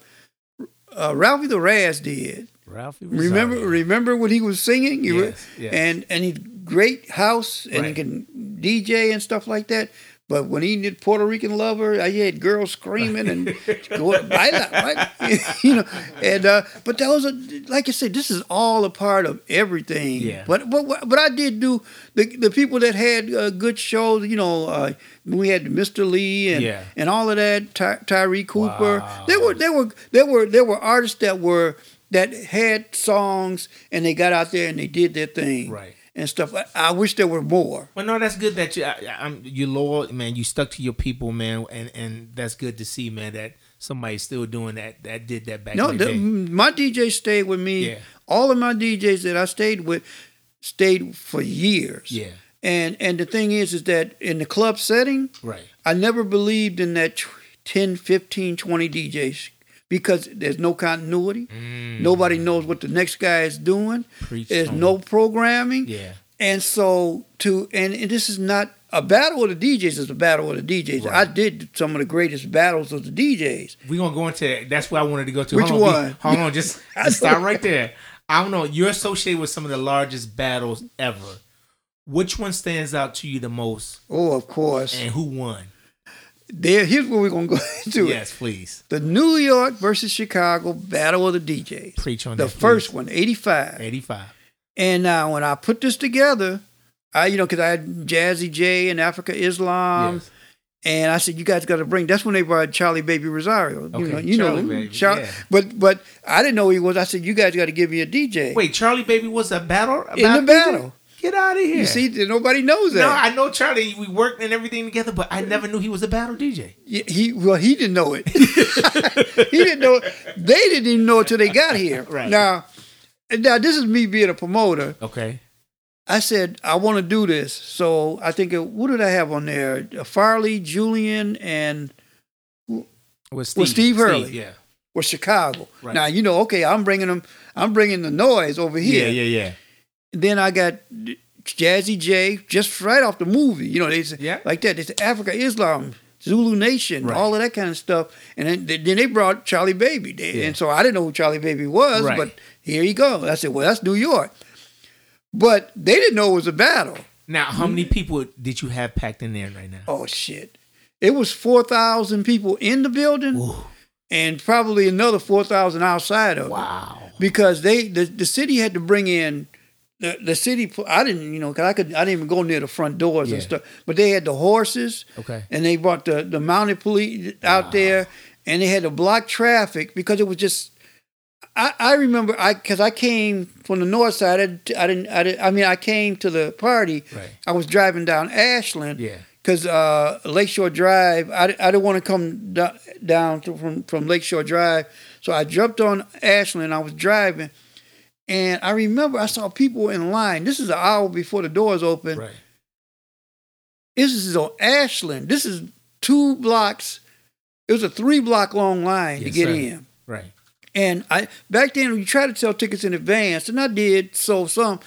[SPEAKER 2] uh, Ralphie the Raz did.
[SPEAKER 1] Ralphie.
[SPEAKER 2] Remember
[SPEAKER 1] Rosario.
[SPEAKER 2] remember when he was singing, You were-
[SPEAKER 1] um, Yes, yes.
[SPEAKER 2] and and he's great house and he
[SPEAKER 1] Right.
[SPEAKER 2] can DJ and stuff like that. But when he did Puerto Rican Lover, I had girls screaming and going, "Baila," right? you know. And uh, but that was a, like I said, this is all a part of everything.
[SPEAKER 1] Yeah.
[SPEAKER 2] But but but I did do the the people that had uh, good shows. You know, uh, we had Mr. Lee and
[SPEAKER 1] Yeah.
[SPEAKER 2] and all of that. Ty- Tyree Cooper.
[SPEAKER 1] Wow.
[SPEAKER 2] They were there were there were there were artists that were that had songs and they got out there and they did their thing
[SPEAKER 1] Right.
[SPEAKER 2] and stuff. I, I wish there were more.
[SPEAKER 1] Well, no, that's good that you, I, I- I'm, you loyal, man. You stuck to your people, man, and and that's good to see, man. That somebody's still doing that. That did that back.
[SPEAKER 2] No,
[SPEAKER 1] in the
[SPEAKER 2] the,
[SPEAKER 1] day.
[SPEAKER 2] my DJ stayed with me.
[SPEAKER 1] Yeah.
[SPEAKER 2] All of my DJs that I stayed with stayed for years.
[SPEAKER 1] yeah,
[SPEAKER 2] And and the thing is is that in the club setting,
[SPEAKER 1] right,
[SPEAKER 2] I never believed in that tw- 10, 15, 20 DJs because there's no continuity.
[SPEAKER 1] Mm.
[SPEAKER 2] Nobody knows what the next guy is doing.
[SPEAKER 1] Preach,
[SPEAKER 2] there's
[SPEAKER 1] Tony.
[SPEAKER 2] no programming.
[SPEAKER 1] yeah,
[SPEAKER 2] And so to and, and this is not a battle of the DJs is a battle of the DJs. I did some of the greatest battles of the DJs.
[SPEAKER 1] we're gonna go into that. that's where I wanted to go to.
[SPEAKER 2] Which
[SPEAKER 1] hold on,
[SPEAKER 2] one?
[SPEAKER 1] be- hold on, just,
[SPEAKER 2] I
[SPEAKER 1] just
[SPEAKER 2] don't-
[SPEAKER 1] stop right there. I don't know. You're associated with some of the largest battles ever. Which one stands out to you the most,
[SPEAKER 2] Oh, of course.
[SPEAKER 1] and who won?
[SPEAKER 2] There here's where we're gonna go into it.
[SPEAKER 1] yes, please
[SPEAKER 2] The New York versus Chicago battle of the DJs.
[SPEAKER 1] preach on
[SPEAKER 2] the
[SPEAKER 1] that, please.
[SPEAKER 2] first one, 85.
[SPEAKER 1] Eighty-five.
[SPEAKER 2] And now when I put this together, I you know because I had Jazzy J and Africa Islam,
[SPEAKER 1] Yes.
[SPEAKER 2] and I said you guys got to bring. That's when they brought Charlie Baby Rosario. you
[SPEAKER 1] Okay,
[SPEAKER 2] know, you
[SPEAKER 1] Charlie
[SPEAKER 2] know,
[SPEAKER 1] Baby,
[SPEAKER 2] Char-
[SPEAKER 1] yeah.
[SPEAKER 2] But but I didn't know who he was. I said you guys got to give me a DJ.
[SPEAKER 1] Wait, Charlie Baby was a battle
[SPEAKER 2] In the
[SPEAKER 1] about DJ?
[SPEAKER 2] battle.
[SPEAKER 1] Get out of here!
[SPEAKER 2] you see, that nobody knows
[SPEAKER 1] No,
[SPEAKER 2] that.
[SPEAKER 1] I know Charlie. We worked and everything together, but I never knew he was a battle DJ.
[SPEAKER 2] Yeah, he well, he didn't know it. he didn't know. It. They didn't even know it till they got here.
[SPEAKER 1] Right.
[SPEAKER 2] now, now this is me being a promoter.
[SPEAKER 1] Okay.
[SPEAKER 2] I said, I want to do this. So I think, it, what did I have on there? Uh, Farley, Julian, and
[SPEAKER 1] With Steve,
[SPEAKER 2] Well, Steve Hurley.
[SPEAKER 1] yeah.
[SPEAKER 2] or Chicago.
[SPEAKER 1] Right.
[SPEAKER 2] Now, you know, okay, I'm bringing them, I'm bringing the noise over here.
[SPEAKER 1] yeah.
[SPEAKER 2] Then I got Jazzy J, just right off the movie. You know, they said,
[SPEAKER 1] Yeah.
[SPEAKER 2] like that. It's Africa, Islam, Zulu Nation,
[SPEAKER 1] Right.
[SPEAKER 2] all of that kind of stuff. And then, then they brought Charlie Baby. They-
[SPEAKER 1] Yeah.
[SPEAKER 2] And so I didn't know who Charlie Baby was,
[SPEAKER 1] Right.
[SPEAKER 2] but here you go. I said, well, that's New York. But they didn't know it was a battle.
[SPEAKER 1] Now, how many people did you have packed in there right now?
[SPEAKER 2] Oh shit! It was four thousand people in the building, and probably another four thousand outside of it.
[SPEAKER 1] Wow.
[SPEAKER 2] Because they the, the city had to bring in the the city. pu- I didn't, you know, 'cause I could I didn't even go near the front doors and
[SPEAKER 1] Yeah.
[SPEAKER 2] stuff. But they had the horses,
[SPEAKER 1] Okay.
[SPEAKER 2] and they brought the the mounted police out there, and they had to block traffic because it was just. I, I remember I because I came from the north side. I didn't, I didn't. I didn't. I mean, I came to the party.
[SPEAKER 1] Right.
[SPEAKER 2] I was driving down Ashland
[SPEAKER 1] Yeah.
[SPEAKER 2] because uh, Lakeshore Drive, I, I didn't want to come do- down to, from, from Lakeshore Drive. So I jumped on Ashland. I was driving. And I remember I saw people in line. This is an hour before the doors open.
[SPEAKER 1] Right.
[SPEAKER 2] This is on Ashland. This is two blocks. It was a three block long line to
[SPEAKER 1] Yes,
[SPEAKER 2] get
[SPEAKER 1] sir.
[SPEAKER 2] in.
[SPEAKER 1] Right.
[SPEAKER 2] And I back then you tried to sell tickets in advance, and I did so some,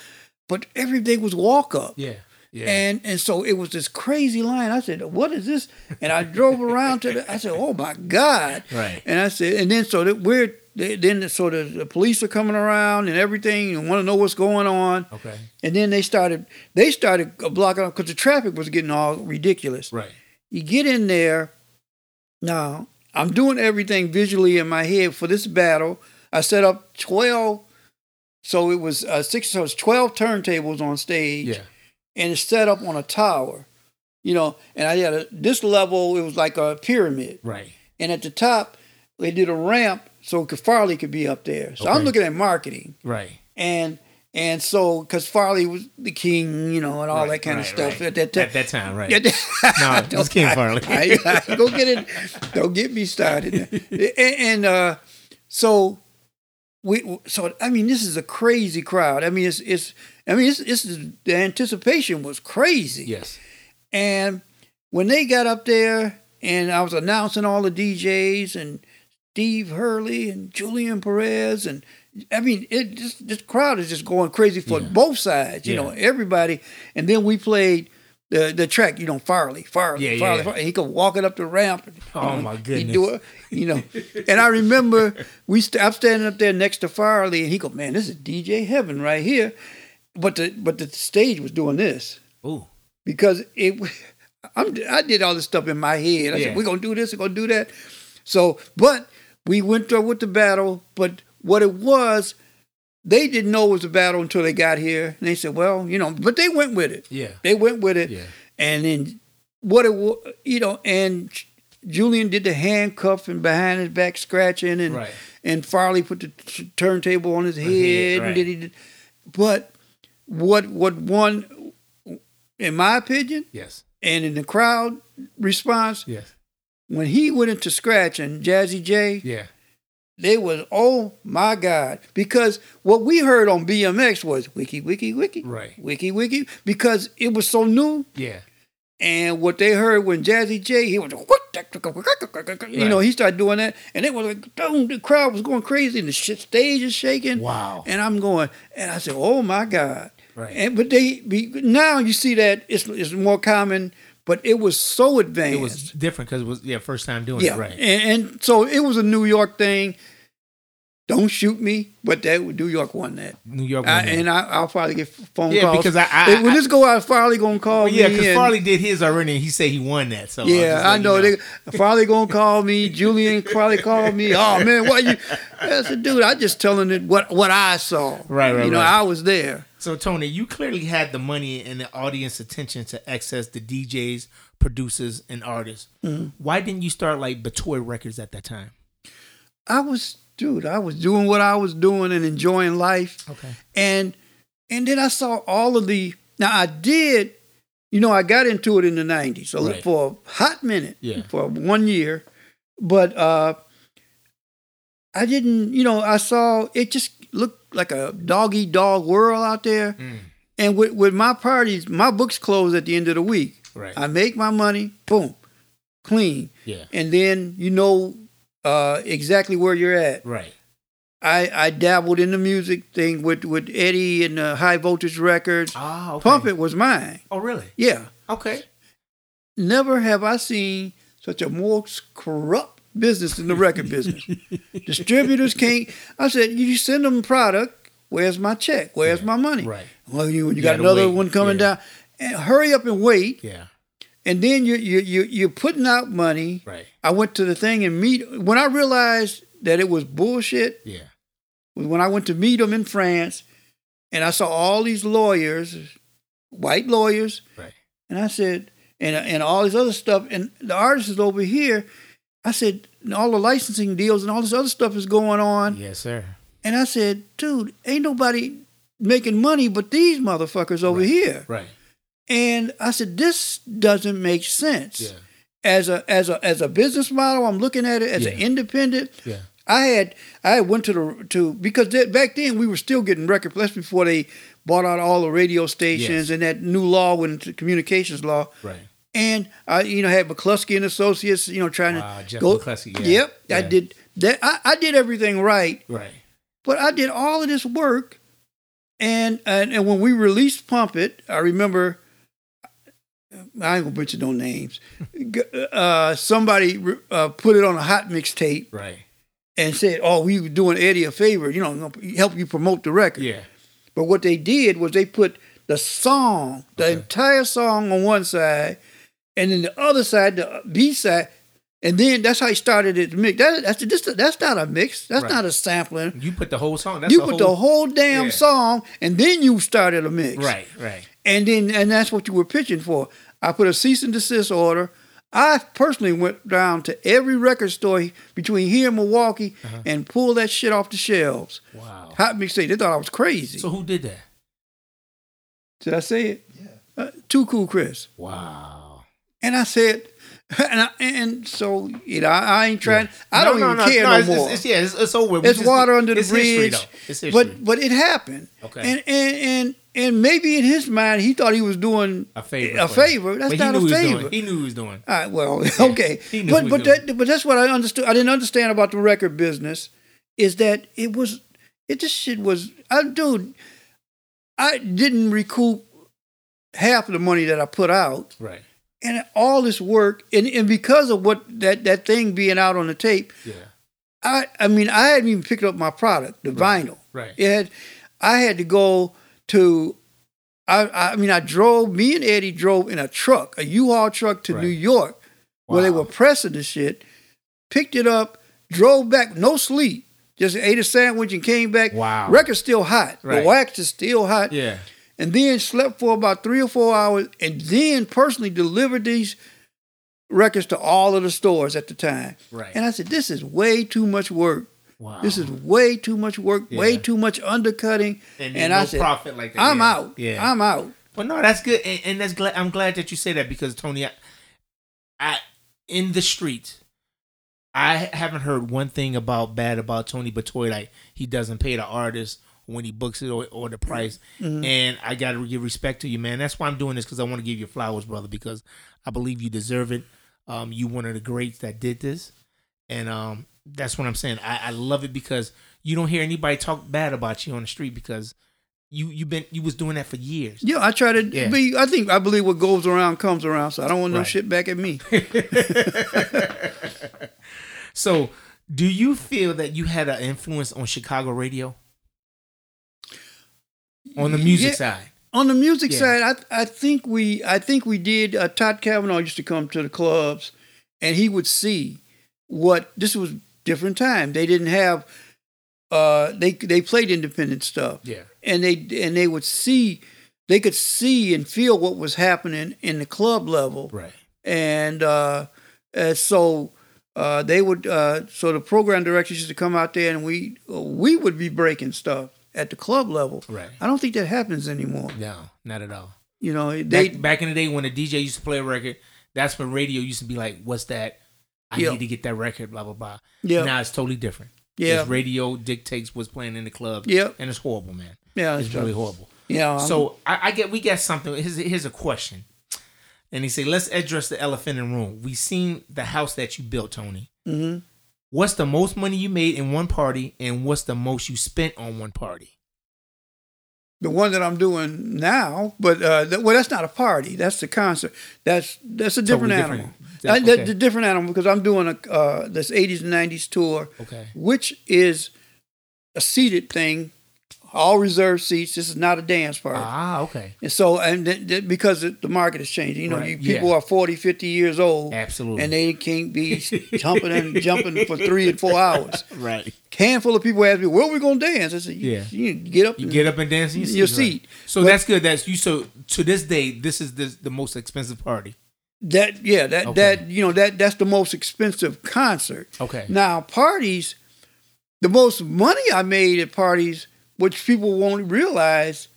[SPEAKER 2] but everything was walk up.
[SPEAKER 1] Yeah. Yeah.
[SPEAKER 2] And and so it was this crazy line. I said, "What is this?" And I drove around to the. I said, "Oh my God!"
[SPEAKER 1] Right.
[SPEAKER 2] And I said, and then so that we're they- then so the, the police are coming around and everything and want to know what's going on.
[SPEAKER 1] okay.
[SPEAKER 2] And then they started they started blocking up because the traffic was getting all ridiculous.
[SPEAKER 1] Right.
[SPEAKER 2] You get in there. Now I'm doing everything visually in my head for this battle. I set up twelve. So it was uh, six. So it was twelve turntables on stage
[SPEAKER 1] Yeah.
[SPEAKER 2] and it's set up on a tower, you know. And I had a, this level, it was like a pyramid,
[SPEAKER 1] Right.
[SPEAKER 2] and at the top they did a ramp So could- Farley could be up there. So I'm
[SPEAKER 1] Okay.
[SPEAKER 2] looking at marketing
[SPEAKER 1] Right.
[SPEAKER 2] and and so because Farley was the king, you know, and all that
[SPEAKER 1] Right,
[SPEAKER 2] kind
[SPEAKER 1] right,
[SPEAKER 2] of stuff
[SPEAKER 1] right.
[SPEAKER 2] at that time.
[SPEAKER 1] At that time, right.
[SPEAKER 2] Yeah,
[SPEAKER 1] No, it was King Farley.
[SPEAKER 2] I, I- go get it. Don't get me started. and and, uh, so we. So I mean, this is a crazy crowd. I mean, it's it's. I mean, it's, it's the anticipation was crazy.
[SPEAKER 1] Yes.
[SPEAKER 2] And when they got up there, and I was announcing all the DJs and Steve Hurley and Julian Perez and I mean, it just this crowd is just going crazy for both sides. You
[SPEAKER 1] Yeah.
[SPEAKER 2] know, everybody. And then we played the the track. You know, Farley, Farley,
[SPEAKER 1] Yeah, yeah,
[SPEAKER 2] Farley,
[SPEAKER 1] yeah.
[SPEAKER 2] Farley. And he could walk it up the ramp.
[SPEAKER 1] Oh, my
[SPEAKER 2] He
[SPEAKER 1] goodness.
[SPEAKER 2] do it, you know. and I remember we st- I'm standing up there next to Farley, and he go, "Man, this is DJ heaven right here." But the but the stage was doing this
[SPEAKER 1] Ooh.
[SPEAKER 2] because it I'm, I did all this stuff in my head. I
[SPEAKER 1] Yeah.
[SPEAKER 2] said, we're going to do this, we're going to do that. So, but we went through with the battle. But what it was, they didn't know it was a battle until they got here. And they said, well, you know, but they went with it.
[SPEAKER 1] Yeah.
[SPEAKER 2] They went with it.
[SPEAKER 1] Yeah.
[SPEAKER 2] And then what it was, you know, and Julian did the handcuffing behind his back scratching and
[SPEAKER 1] Right.
[SPEAKER 2] and Farley put the t- turntable on his head,
[SPEAKER 1] head, right.
[SPEAKER 2] and did he did, but what what one in my opinion
[SPEAKER 1] Yes.
[SPEAKER 2] and in the crowd response
[SPEAKER 1] Yes.
[SPEAKER 2] when he went into scratching Jazzy J
[SPEAKER 1] Yeah.
[SPEAKER 2] they was oh my god because what we heard on BMX was wiki wiki wiki
[SPEAKER 1] Right.
[SPEAKER 2] wiki wiki because it was so new
[SPEAKER 1] Yeah.
[SPEAKER 2] and what they heard when Jazzy J, he was, you know,
[SPEAKER 1] Right.
[SPEAKER 2] he started doing that, and it was like, boom, the crowd was going crazy, and the shit, stage is shaking.
[SPEAKER 1] Wow.
[SPEAKER 2] And I'm going, and I said, oh my God.
[SPEAKER 1] Right.
[SPEAKER 2] And but they be, now you see that it's it's more common, but it was so advanced.
[SPEAKER 1] It was different because it was yeah first time doing
[SPEAKER 2] yeah,
[SPEAKER 1] it right.
[SPEAKER 2] and, and so it was a New York thing. Don't shoot me, but that New York won that.
[SPEAKER 1] New York.
[SPEAKER 2] I,
[SPEAKER 1] won that.
[SPEAKER 2] and I, I'll probably get phone
[SPEAKER 1] Yeah,
[SPEAKER 2] calls.
[SPEAKER 1] because I- I-
[SPEAKER 2] It- when
[SPEAKER 1] I-
[SPEAKER 2] this go out, Farley gonna call
[SPEAKER 1] Well, Oh, yeah,
[SPEAKER 2] me.
[SPEAKER 1] because
[SPEAKER 2] and-
[SPEAKER 1] Farley did his already, and he said he won that. So I'll
[SPEAKER 2] yeah,
[SPEAKER 1] just let
[SPEAKER 2] I
[SPEAKER 1] you
[SPEAKER 2] know. They Farley gonna call me. Julian probably called me. Oh man, why you? I said, dude, I just telling it what what I saw.
[SPEAKER 1] Right, right,
[SPEAKER 2] You know,
[SPEAKER 1] right.
[SPEAKER 2] I was there.
[SPEAKER 1] So Tony, you clearly had the money and the audience attention to access the DJs, producers, and artists. Why didn't you start like Batoy Records at that time?
[SPEAKER 2] I was, dude, I was doing what I was doing and enjoying life.
[SPEAKER 1] Okay.
[SPEAKER 2] And and then I saw all of the. Now I did, you know, I got into it in the '90s, so
[SPEAKER 1] Right.
[SPEAKER 2] for a hot minute,
[SPEAKER 1] Yeah.
[SPEAKER 2] for one year, but uh I didn't, you know, I saw it just looked like a dog eat dog world out there.
[SPEAKER 1] Hmm.
[SPEAKER 2] And with, with my parties, my books close at the end of the week.
[SPEAKER 1] Right.
[SPEAKER 2] I make my money, boom, clean.
[SPEAKER 1] yeah.
[SPEAKER 2] And then you know uh, exactly where you're at.
[SPEAKER 1] Right.
[SPEAKER 2] I, I dabbled in the music thing with, with Eddie and the High Voltage Records.
[SPEAKER 1] Oh, okay.
[SPEAKER 2] Pump It was mine.
[SPEAKER 1] Oh, really?
[SPEAKER 2] Yeah.
[SPEAKER 1] Okay.
[SPEAKER 2] Never have I seen such a more corrupt business than the record business. Distributors can't. I said, you send them product. Where's my check? Where's my money?
[SPEAKER 1] Right.
[SPEAKER 2] Well, you, you,
[SPEAKER 1] You
[SPEAKER 2] got
[SPEAKER 1] gotta
[SPEAKER 2] another
[SPEAKER 1] wait.
[SPEAKER 2] one coming
[SPEAKER 1] Yeah.
[SPEAKER 2] down. And hurry up and wait.
[SPEAKER 1] Yeah.
[SPEAKER 2] And then you you you you're putting out money.
[SPEAKER 1] Right.
[SPEAKER 2] I went to the thing and meet when I realized that it was bullshit
[SPEAKER 1] Yeah.
[SPEAKER 2] was when I went to meet them in France and I saw all these lawyers, white lawyers,
[SPEAKER 1] Right.
[SPEAKER 2] and I said, and and all this other stuff, and the artists is over here. I said, and all the licensing deals and all this other stuff is going on.
[SPEAKER 1] Yes, sir.
[SPEAKER 2] And I said, dude, ain't nobody making money but these motherfuckers over here.
[SPEAKER 1] Right.
[SPEAKER 2] And I said, this doesn't make sense.
[SPEAKER 1] Yeah.
[SPEAKER 2] As a as a as a business model, I'm looking at it as an
[SPEAKER 1] Yeah.
[SPEAKER 2] independent.
[SPEAKER 1] Yeah.
[SPEAKER 2] I had I had went to the to because that, back then we were still getting record that's before they bought out all the radio
[SPEAKER 1] Yes.
[SPEAKER 2] stations and that new law went into communications law.
[SPEAKER 1] Right.
[SPEAKER 2] And I you know had McCluskey and Associates, you know, trying
[SPEAKER 1] Wow,
[SPEAKER 2] to
[SPEAKER 1] Jeff
[SPEAKER 2] go
[SPEAKER 1] McCluskey, yeah.
[SPEAKER 2] Yep. I
[SPEAKER 1] Yeah.
[SPEAKER 2] did that I, I did everything right.
[SPEAKER 1] Right.
[SPEAKER 2] But I did all of this work, and and, and when we released Pump It, I remember. I ain't gonna mention no names. G- Uh, somebody re- uh, put it on a hot mix tape
[SPEAKER 1] Right.
[SPEAKER 2] and said, "Oh, we were doing Eddie a favor, you know, help you promote the record."
[SPEAKER 1] Yeah.
[SPEAKER 2] But what they did was they put the song, the
[SPEAKER 1] Okay.
[SPEAKER 2] entire song, on one side, and then the other side, the B side, and then that's how he started it to mix. That, that's this, that's not a mix. That's
[SPEAKER 1] Right.
[SPEAKER 2] not a sampling
[SPEAKER 1] You put the whole song. That's
[SPEAKER 2] you
[SPEAKER 1] a
[SPEAKER 2] put
[SPEAKER 1] whole,
[SPEAKER 2] the whole damn
[SPEAKER 1] yeah.
[SPEAKER 2] song and then you started a mix.
[SPEAKER 1] Right. Right.
[SPEAKER 2] And then and that's what you were pitching for. I put a cease and desist order. I personally went down to every record store between here and Milwaukee
[SPEAKER 1] Uh-huh.
[SPEAKER 2] and pulled that shit off the shelves.
[SPEAKER 1] Wow.
[SPEAKER 2] Hot mixtape. They thought I was crazy.
[SPEAKER 1] Oh. So who did that?
[SPEAKER 2] Did I say it? Yeah. Uh, too cool, Chris.
[SPEAKER 1] Wow.
[SPEAKER 2] And I said, and I, and so you know, I, I ain't trying. I don't even care no,
[SPEAKER 1] it's,
[SPEAKER 2] more.
[SPEAKER 1] It's, it's- yeah, it's, it's over. We
[SPEAKER 2] It's
[SPEAKER 1] just-
[SPEAKER 2] water under the
[SPEAKER 1] it's History,
[SPEAKER 2] bridge.
[SPEAKER 1] though. It's history.
[SPEAKER 2] but but it happened.
[SPEAKER 1] Okay.
[SPEAKER 2] And and and and maybe in his mind he thought he was doing
[SPEAKER 1] a favor.
[SPEAKER 2] A
[SPEAKER 1] for you.
[SPEAKER 2] favor. That's
[SPEAKER 1] But
[SPEAKER 2] not
[SPEAKER 1] he knew
[SPEAKER 2] a
[SPEAKER 1] he was doing-
[SPEAKER 2] favor.
[SPEAKER 1] He knew he was doing.
[SPEAKER 2] All right, well, okay,
[SPEAKER 1] he knew
[SPEAKER 2] but
[SPEAKER 1] we
[SPEAKER 2] but
[SPEAKER 1] knew.
[SPEAKER 2] that, but that's what I understood. I didn't understand about the record business is that it was it this shit was I dude, I didn't recoup half of the money that I put out,
[SPEAKER 1] Right.
[SPEAKER 2] and all this work, and, and because of what that that thing being out on the tape,
[SPEAKER 1] Yeah.
[SPEAKER 2] I I mean I hadn't even picked up my product, the vinyl.
[SPEAKER 1] Right.
[SPEAKER 2] It had, I had to go to, I, I mean, I drove, me and Eddie drove in a truck, a U-Haul truck to
[SPEAKER 1] Right.
[SPEAKER 2] New York where they
[SPEAKER 1] Wow.
[SPEAKER 2] were pressing the shit, picked it up, drove back, no sleep, just ate a sandwich and came back.
[SPEAKER 1] Wow.
[SPEAKER 2] Record's still hot.
[SPEAKER 1] Right.
[SPEAKER 2] The wax is still hot.
[SPEAKER 1] Yeah.
[SPEAKER 2] And then slept for about three or four hours and then personally delivered these records to all of the stores at the time.
[SPEAKER 1] Right.
[SPEAKER 2] And I said, this is way too much work.
[SPEAKER 1] Wow.
[SPEAKER 2] This is way too much work, way
[SPEAKER 1] Yeah.
[SPEAKER 2] too much undercutting.
[SPEAKER 1] and,
[SPEAKER 2] And,
[SPEAKER 1] then
[SPEAKER 2] I
[SPEAKER 1] no
[SPEAKER 2] said,
[SPEAKER 1] profit like that.
[SPEAKER 2] I'm
[SPEAKER 1] yeah.
[SPEAKER 2] out.
[SPEAKER 1] Yeah.
[SPEAKER 2] I'm out.
[SPEAKER 1] But no, that's good, and, and that's glad. I'm glad that you say that because Tony, I, I in the street, I haven't heard one thing about bad about Tony Batoy. Like he doesn't pay the artist when he books it or, or the price. And I got to give respect to you, man. That's why I'm doing this because I want to give you flowers, brother, because I believe you deserve it. Um, you one of the greats that did this, and um, that's what I'm saying. I, I love it because you don't hear anybody talk bad about you on the street because. You you been you was doing that for years.
[SPEAKER 2] Yeah, I try to
[SPEAKER 1] Yeah.
[SPEAKER 2] be. I think I believe what goes around comes around. So I don't want no
[SPEAKER 1] Right.
[SPEAKER 2] shit back at me.
[SPEAKER 1] So, do you feel that you had an influence on Chicago radio? On the music
[SPEAKER 2] Yeah.
[SPEAKER 1] side.
[SPEAKER 2] On the music
[SPEAKER 1] Yeah.
[SPEAKER 2] side, I I think we I think we did. Uh, Todd Kavanaugh used to come to the clubs, and he would see what this was different time. They didn't have. Uh, they they played independent stuff.
[SPEAKER 1] Yeah.
[SPEAKER 2] and they and they would see they could see and feel what was happening in the club level
[SPEAKER 1] Right.
[SPEAKER 2] and uh, uh so uh they would uh so the program directors used to come out there and we we would be breaking stuff at the club level
[SPEAKER 1] Right.
[SPEAKER 2] i don't think that happens anymore
[SPEAKER 1] No, not at all.
[SPEAKER 2] you know they
[SPEAKER 1] Back, back in the day when a DJ used to play a record, that's when radio used to be like, "What's that? I
[SPEAKER 2] Yeah.
[SPEAKER 1] need to get that record." Blah blah blah.
[SPEAKER 2] Yeah.
[SPEAKER 1] Now it's totally different.
[SPEAKER 2] Yeah.
[SPEAKER 1] It's radio dictates what's playing in the club.
[SPEAKER 2] Yeah. Um,
[SPEAKER 1] And it's horrible, man.
[SPEAKER 2] yeah
[SPEAKER 1] It's really horrible.
[SPEAKER 2] yeah so
[SPEAKER 1] So I, I get we got something. Here's, here's a question, and he say, let's address the elephant in the room. We seen the house that you built, Tony.
[SPEAKER 2] Mhm.
[SPEAKER 1] What's the most money you made in one party, and what's the most you spent on one party?
[SPEAKER 2] the one that i'm doing now but uh that, well that's not a party that's the concert that's that's a different
[SPEAKER 1] Totally
[SPEAKER 2] animal
[SPEAKER 1] different.
[SPEAKER 2] That- that's
[SPEAKER 1] Okay.
[SPEAKER 2] a different animal because i'm doing a uh this 80s and 90s tour
[SPEAKER 1] Okay.
[SPEAKER 2] which is a seated thing, all reserved seats. This is not a dance party.
[SPEAKER 1] Ah, okay.
[SPEAKER 2] And so, and th- th- because it- the market is changing, you know,
[SPEAKER 1] Right,
[SPEAKER 2] you,
[SPEAKER 1] yeah.
[SPEAKER 2] people are 40, 50 years old,
[SPEAKER 1] Absolutely.
[SPEAKER 2] and they can't be jumping and jumping for three and four hours.
[SPEAKER 1] right.
[SPEAKER 2] Handful of people ask me, "Where we gonna dance?" I said,
[SPEAKER 1] Yeah.
[SPEAKER 2] "Yeah, you get up,
[SPEAKER 1] You
[SPEAKER 2] and,
[SPEAKER 1] get up and dance in
[SPEAKER 2] Your
[SPEAKER 1] right.
[SPEAKER 2] seat.
[SPEAKER 1] So
[SPEAKER 2] But-
[SPEAKER 1] that's good. That's you. So to this day, this is the, the most expensive party.
[SPEAKER 2] that, yeah, that,
[SPEAKER 1] Okay.
[SPEAKER 2] that, you know, that that's the most expensive concert.
[SPEAKER 1] Okay.
[SPEAKER 2] Now parties, the most money I made at parties, which people won't realize,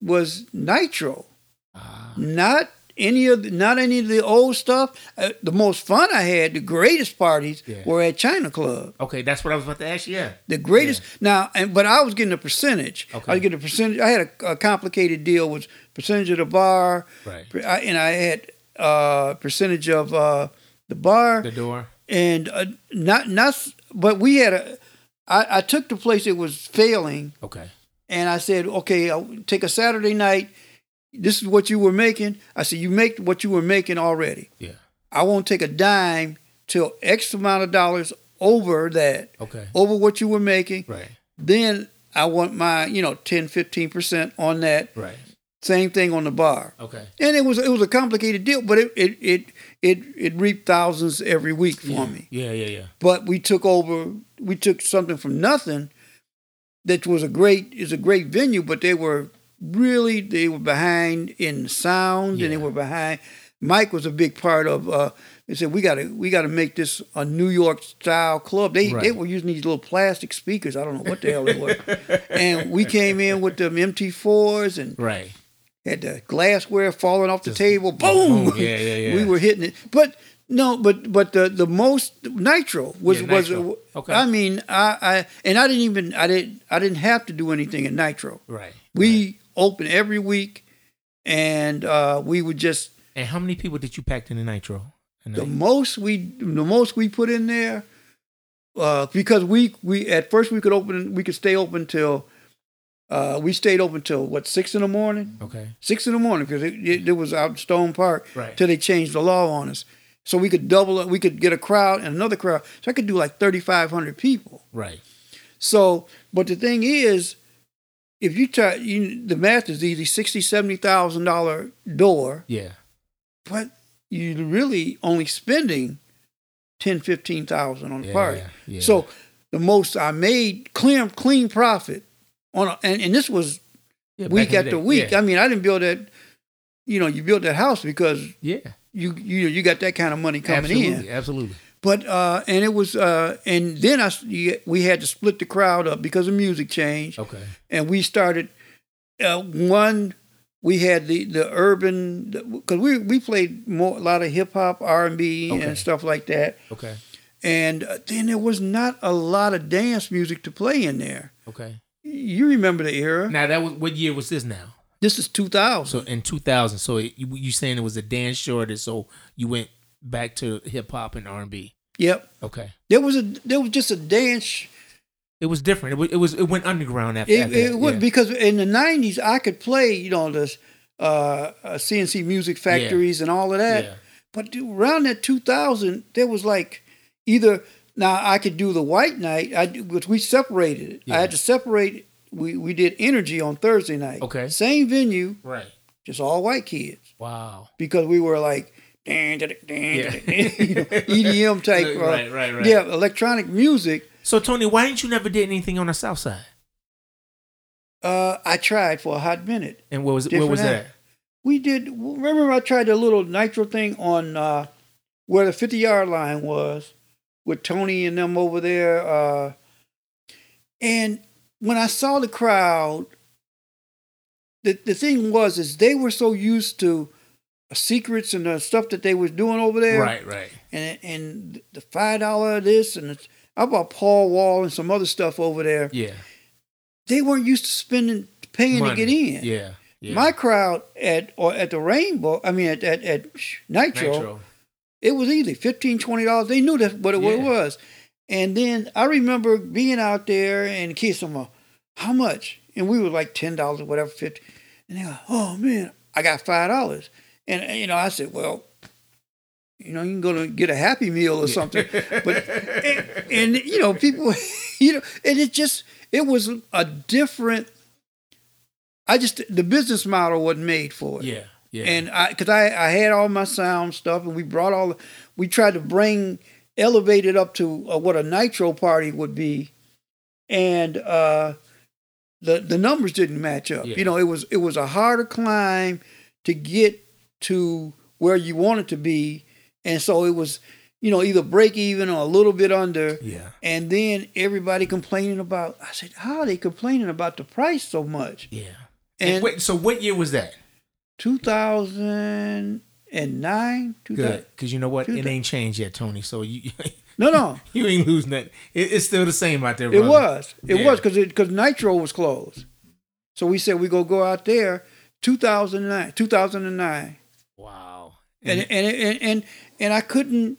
[SPEAKER 2] was Nitro.
[SPEAKER 1] Ah.
[SPEAKER 2] Not any of the, not any of the old stuff. Uh, the most fun I had, the greatest parties
[SPEAKER 1] Yeah.
[SPEAKER 2] were at China Club.
[SPEAKER 1] Okay, that's what I was about to ask you. Yeah.
[SPEAKER 2] The greatest now, and but I was getting a percentage.
[SPEAKER 1] Okay.
[SPEAKER 2] I was getting a percentage. I had a, a complicated deal with percentage of the bar,
[SPEAKER 1] Right.
[SPEAKER 2] I, and I had uh, percentage of uh, the bar
[SPEAKER 1] The door.
[SPEAKER 2] and uh, not not s- but we had a I, I took the place that was failing
[SPEAKER 1] Okay.
[SPEAKER 2] and i said okay I'll take a saturday night this is what you were making i said you make what you were making already
[SPEAKER 1] Yeah.
[SPEAKER 2] i won't take a dime till x amount of dollars over that
[SPEAKER 1] Okay.
[SPEAKER 2] over what you were making
[SPEAKER 1] Right.
[SPEAKER 2] then i want my you know 10 15% on that
[SPEAKER 1] Right.
[SPEAKER 2] same thing on the bar
[SPEAKER 1] Okay.
[SPEAKER 2] and it was it was a complicated deal but it it it it, it reaped thousands every week for me
[SPEAKER 1] Yeah. Yeah. Yeah.
[SPEAKER 2] but we took over we took something from nothing that was a great is a great venue but they were really they were behind in sound and
[SPEAKER 1] Yeah.
[SPEAKER 2] they were behind Mike was a big part of. Uh, they said we gotta we gotta make this a New York style club. They they
[SPEAKER 1] Right.
[SPEAKER 2] were using these little plastic speakers. I don't know what the hell they were. and we came in with them MT4s and
[SPEAKER 1] Right.
[SPEAKER 2] had the glassware falling off the table. Boom!
[SPEAKER 1] boom. Yeah, yeah, yeah.
[SPEAKER 2] We were hitting it, but no, but but the the most nitro was
[SPEAKER 1] Yeah,
[SPEAKER 2] was. uh,
[SPEAKER 1] Nitro. Okay.
[SPEAKER 2] I mean, I, I and I didn't even I didn't I didn't have to do anything in nitro.
[SPEAKER 1] Right.
[SPEAKER 2] We opened every week, and uh, we would just
[SPEAKER 1] And how many people did you pack in the nitro? And
[SPEAKER 2] the most we the most we put in there uh, because we we at first we could open we could stay open till uh, we stayed open till what six in the morning
[SPEAKER 1] okay.
[SPEAKER 2] six in the morning because it, it, it was out in Stone Park
[SPEAKER 1] Right.
[SPEAKER 2] till they changed the law on us. So we could double it. We could get a crowd and another crowd. So I could do like 3,500 people.
[SPEAKER 1] Right.
[SPEAKER 2] So, but the thing is, if you try, you, the math is easy, sixty, seventy thousand dollar door,
[SPEAKER 1] Yeah.
[SPEAKER 2] but you're really only spending ten, fifteen thousand on the
[SPEAKER 1] Yeah,
[SPEAKER 2] party.
[SPEAKER 1] yeah.
[SPEAKER 2] So the most I made clean, clean profit on, a, and, and this was
[SPEAKER 1] Yeah, back
[SPEAKER 2] week
[SPEAKER 1] in the
[SPEAKER 2] after
[SPEAKER 1] day.
[SPEAKER 2] week.
[SPEAKER 1] Yeah.
[SPEAKER 2] I mean, I didn't build that. You know, you built that house because
[SPEAKER 1] yeah.
[SPEAKER 2] you you you got that kind of money coming
[SPEAKER 1] absolutely.
[SPEAKER 2] in.
[SPEAKER 1] Absolutely.
[SPEAKER 2] But uh, and it was uh, and then I s- you- we had to split the crowd up because the music changed,
[SPEAKER 1] Okay.
[SPEAKER 2] and we started uh, one. We had the the urban because we we played more a lot of hip hop, R and B,
[SPEAKER 1] Okay.
[SPEAKER 2] and stuff like that.
[SPEAKER 1] Okay.
[SPEAKER 2] And uh, then there was not a lot of dance music to play in there.
[SPEAKER 1] Okay.
[SPEAKER 2] You remember the era?
[SPEAKER 1] Now that was what year was this now?
[SPEAKER 2] This is two thousand.
[SPEAKER 1] So in 2000. So it, you, you saying it was a dance shortage, so you went back to hip hop and R&B.
[SPEAKER 2] Yep.
[SPEAKER 1] Okay.
[SPEAKER 2] There was a there was just a dance.
[SPEAKER 1] It was different. It was it, was, it went underground after,
[SPEAKER 2] It,
[SPEAKER 1] after
[SPEAKER 2] it
[SPEAKER 1] that.
[SPEAKER 2] would
[SPEAKER 1] yeah.
[SPEAKER 2] because in the nineties I could play you know this uh, uh, CNC music factories and all of that.
[SPEAKER 1] Yeah.
[SPEAKER 2] But dude, around that two thousand, there was like either now I could do the white night. I do- which we separated it. I
[SPEAKER 1] Yeah.
[SPEAKER 2] had to separate. We we did energy on Thursday night.
[SPEAKER 1] Okay.
[SPEAKER 2] same venue,
[SPEAKER 1] Right.
[SPEAKER 2] just all white kids
[SPEAKER 1] Wow.
[SPEAKER 2] because we were like. Dan, da, da, dan, da, da, you know, EDM type, uh,
[SPEAKER 1] Right, right, right.
[SPEAKER 2] yeah, electronic music.
[SPEAKER 1] So Tony, why didn't you never did anything on the South Side?
[SPEAKER 2] Uh, I tried for a hot minute.
[SPEAKER 1] And what was it? where
[SPEAKER 2] Different
[SPEAKER 1] was
[SPEAKER 2] era.
[SPEAKER 1] that?
[SPEAKER 2] we did remember i tried the little nitro thing on uh, where the 50 yard line was with tony and them over there uh, and when i saw the crowd the, the thing was is they were so used to secrets and the stuff that they was doing over there
[SPEAKER 1] Right, right.
[SPEAKER 2] and and the five dollar this and the, i bought paul wall and some other stuff over there
[SPEAKER 1] Yeah.
[SPEAKER 2] they weren't used to spending paying
[SPEAKER 1] Money.
[SPEAKER 2] to get in
[SPEAKER 1] Yeah. yeah.
[SPEAKER 2] my crowd at or at the Rainbow, I mean at at, at Nitro,
[SPEAKER 1] Nitro.
[SPEAKER 2] it was easy 15 dollars. They knew that's what it, what it
[SPEAKER 1] Yeah.
[SPEAKER 2] was. And then I remember being out there and kids them uh, how much? And we were like ten dollars or whatever, fifty. And they go, oh man, I got five dollars. And uh, you know, I said, well, you know, you can go to get a Happy Meal or something. but and, and you know, people, you know, and it just it was a different. I just the business model wasn't made for it
[SPEAKER 1] Yeah. Yeah.
[SPEAKER 2] and I because I, I had all my sound stuff and we brought all we tried to bring elevate it up to uh, what a nitro party would be and uh the the numbers didn't match up
[SPEAKER 1] Yeah.
[SPEAKER 2] you know it was it was a harder climb to get to where you wanted to be and so it was you know either break even or a little bit under
[SPEAKER 1] yeah.
[SPEAKER 2] and then everybody complaining about i said how are they complaining about the price so much
[SPEAKER 1] Yeah. And,
[SPEAKER 2] and
[SPEAKER 1] wait, so what year was that?
[SPEAKER 2] 2009
[SPEAKER 1] Good,
[SPEAKER 2] 2000,
[SPEAKER 1] because you know what?
[SPEAKER 2] Dude,
[SPEAKER 1] It
[SPEAKER 2] that-
[SPEAKER 1] ain't changed yet, Tony. So you
[SPEAKER 2] no no
[SPEAKER 1] you ain't losing that. It, it's still the same out there.
[SPEAKER 2] it
[SPEAKER 1] brother.
[SPEAKER 2] was it
[SPEAKER 1] Yeah.
[SPEAKER 2] was because because nitro was closed so we said we go go out there 2009 2009
[SPEAKER 1] Wow.
[SPEAKER 2] and
[SPEAKER 1] Mm-hmm.
[SPEAKER 2] and and and, and i couldn't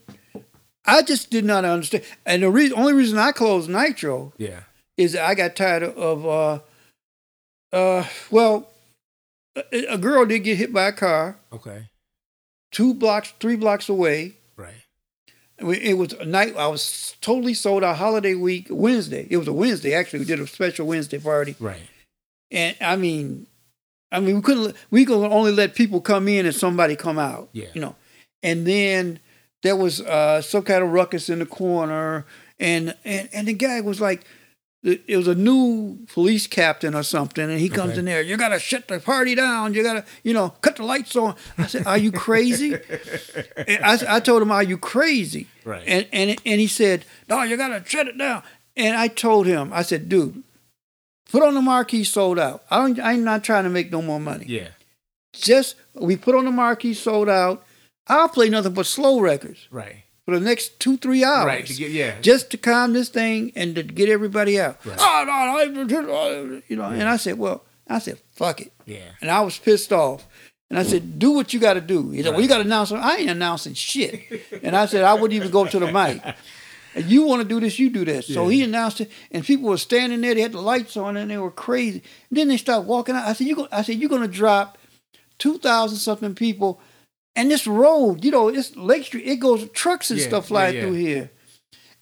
[SPEAKER 2] i just did not understand and the reason only reason i closed nitro
[SPEAKER 1] yeah.
[SPEAKER 2] is that i got tired of uh uh well a, a girl did get hit by a car
[SPEAKER 1] Okay.
[SPEAKER 2] two blocks three blocks away
[SPEAKER 1] Right.
[SPEAKER 2] We- It was a night. I was totally sold out. Holiday week, Wednesday. It was a Wednesday. Actually, we did a special Wednesday party,
[SPEAKER 1] Right.
[SPEAKER 2] and I mean, I mean, we couldn't. let- We could only let people come in and somebody come out.
[SPEAKER 1] Yeah.
[SPEAKER 2] You know, and then there was uh, some kind of ruckus in the corner, and and and the guy was like, it was a new police captain or something, and he comes
[SPEAKER 1] Okay.
[SPEAKER 2] in there. You gotta shut the party down. You gotta, you know, cut the lights on. I said, "Are you crazy?" And I, I told him, "Are you crazy?"
[SPEAKER 1] Right.
[SPEAKER 2] And and and he said, "No, you gotta shut it down." And I told him, I said, "Dude, put on the marquee, sold out. I don't, I'm not trying to make no more money.
[SPEAKER 1] Yeah.
[SPEAKER 2] Just we put on the marquee, sold out. I'll play nothing but slow records
[SPEAKER 1] Right.
[SPEAKER 2] for the next two, three hours.
[SPEAKER 1] Right. to get- yeah.
[SPEAKER 2] Oh. Just to calm this thing and to get everybody out.
[SPEAKER 1] Right.
[SPEAKER 2] Oh, no, no, you know. And I said, well, I said, fuck it.
[SPEAKER 1] yeah.
[SPEAKER 2] And I was pissed off. And I said, do what you got to do. He said, well, you
[SPEAKER 1] Right.
[SPEAKER 2] got to announce. I ain't announcing shit. and I said, I wouldn't even go to the mic. And you want to do this, you do that. So
[SPEAKER 1] Yeah.
[SPEAKER 2] he announced it, and people were standing there. They had the lights on, and they were crazy. And then they started walking out. I said, you go, I said, you're going to drop two thousand something people, and this road, you know, it's Lake Street. It goes trucks and
[SPEAKER 1] Yeah,
[SPEAKER 2] stuff
[SPEAKER 1] yeah,
[SPEAKER 2] flying
[SPEAKER 1] yeah.
[SPEAKER 2] through here.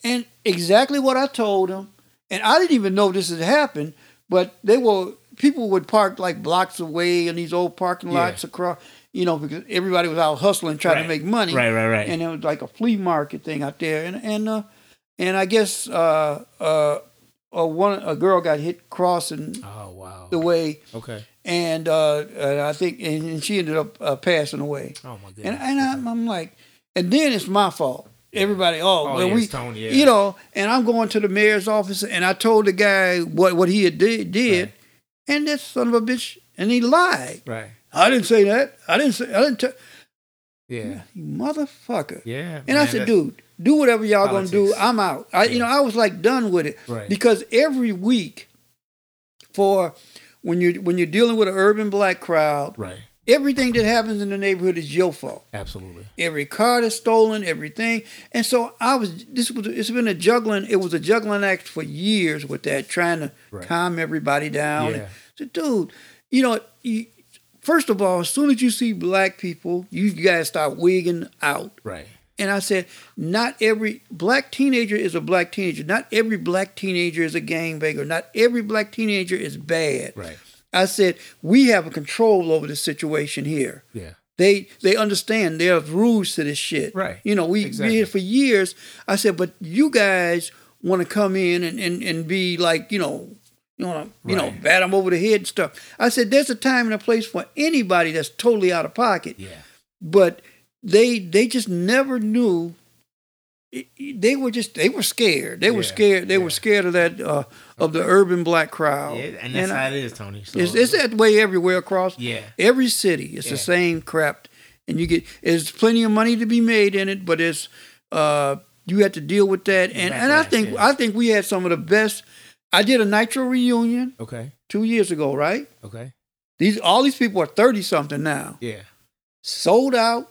[SPEAKER 2] And exactly what I told them, and I didn't even know this had happened, but they were people would park like blocks away in these old parking
[SPEAKER 1] Yeah.
[SPEAKER 2] lots across, you know, because everybody was out hustling trying to
[SPEAKER 1] Right.
[SPEAKER 2] make money.
[SPEAKER 1] Right, right, right.
[SPEAKER 2] And it was like a flea market thing out there, and and uh, and I guess uh, uh, uh, one a girl got hit crossing
[SPEAKER 1] oh wow.
[SPEAKER 2] the way,
[SPEAKER 1] Okay.
[SPEAKER 2] and uh, and I think and, and she ended up uh, passing away.
[SPEAKER 1] Oh my goodness.
[SPEAKER 2] And and I'm, I'm like, and then it's my fault. Everybody, oh,
[SPEAKER 1] Oh,
[SPEAKER 2] well,
[SPEAKER 1] yeah,
[SPEAKER 2] we,
[SPEAKER 1] it's Tony, yeah.
[SPEAKER 2] you know, and I'm going to the mayor's office, and I told the guy what what he had did, did
[SPEAKER 1] Right.
[SPEAKER 2] and this son of a bitch, and he lied.
[SPEAKER 1] right.
[SPEAKER 2] I didn't say that. I didn't say. I didn't tell.
[SPEAKER 1] Yeah.
[SPEAKER 2] You motherfucker.
[SPEAKER 1] Yeah.
[SPEAKER 2] And I
[SPEAKER 1] man,
[SPEAKER 2] said,
[SPEAKER 1] that's-
[SPEAKER 2] dude, do whatever y'all gonna do.
[SPEAKER 1] Politics.
[SPEAKER 2] I'm out. I, You know, I was like done with it
[SPEAKER 1] Right.
[SPEAKER 2] because every week, for when you when you're dealing with an urban black crowd,
[SPEAKER 1] Right.
[SPEAKER 2] everything that happens in the neighborhood is your fault.
[SPEAKER 1] Absolutely.
[SPEAKER 2] Every car that's stolen, everything. And so I was. This was. It's been a juggling. It was a juggling act for years with that, trying to
[SPEAKER 1] Right.
[SPEAKER 2] calm everybody down.
[SPEAKER 1] Yeah.
[SPEAKER 2] So, dude, you know, you, first of all, as soon as you see black people, you guys start wigging out.
[SPEAKER 1] Right.
[SPEAKER 2] And I said, not every black teenager is a black teenager. Not every black teenager is a gangbanger. Not every black teenager is bad.
[SPEAKER 1] Right.
[SPEAKER 2] I said, we have a control over the situation here.
[SPEAKER 1] Yeah.
[SPEAKER 2] They they understand there are rules to this shit.
[SPEAKER 1] Right.
[SPEAKER 2] You know, we
[SPEAKER 1] Exactly.
[SPEAKER 2] been here for years. I said, but you guys want to come in and, and, and be like, you know, you know, you know,
[SPEAKER 1] Right.
[SPEAKER 2] bat them over the head and stuff. I said, there's a time and a place for anybody that's totally out of pocket
[SPEAKER 1] Yeah.
[SPEAKER 2] but they they just never knew it- it- they were just they were scared they were
[SPEAKER 1] Yeah,
[SPEAKER 2] scared they
[SPEAKER 1] yeah.
[SPEAKER 2] were scared of that uh, of the urban black crowd
[SPEAKER 1] and that's
[SPEAKER 2] Oh. I-
[SPEAKER 1] how it is, Tony. So,
[SPEAKER 2] it's, it's that way everywhere across
[SPEAKER 1] yeah.
[SPEAKER 2] every city it's the
[SPEAKER 1] Yeah.
[SPEAKER 2] same crap and you get there's plenty of money to be made in it but it's uh you have to deal with that and and i
[SPEAKER 1] Backlash,
[SPEAKER 2] think
[SPEAKER 1] yeah.
[SPEAKER 2] i think we had some of the best i did a nitro reunion
[SPEAKER 1] Okay.
[SPEAKER 2] two years ago right
[SPEAKER 1] Okay.
[SPEAKER 2] these all these people are 30 something now
[SPEAKER 1] Yeah.
[SPEAKER 2] sold out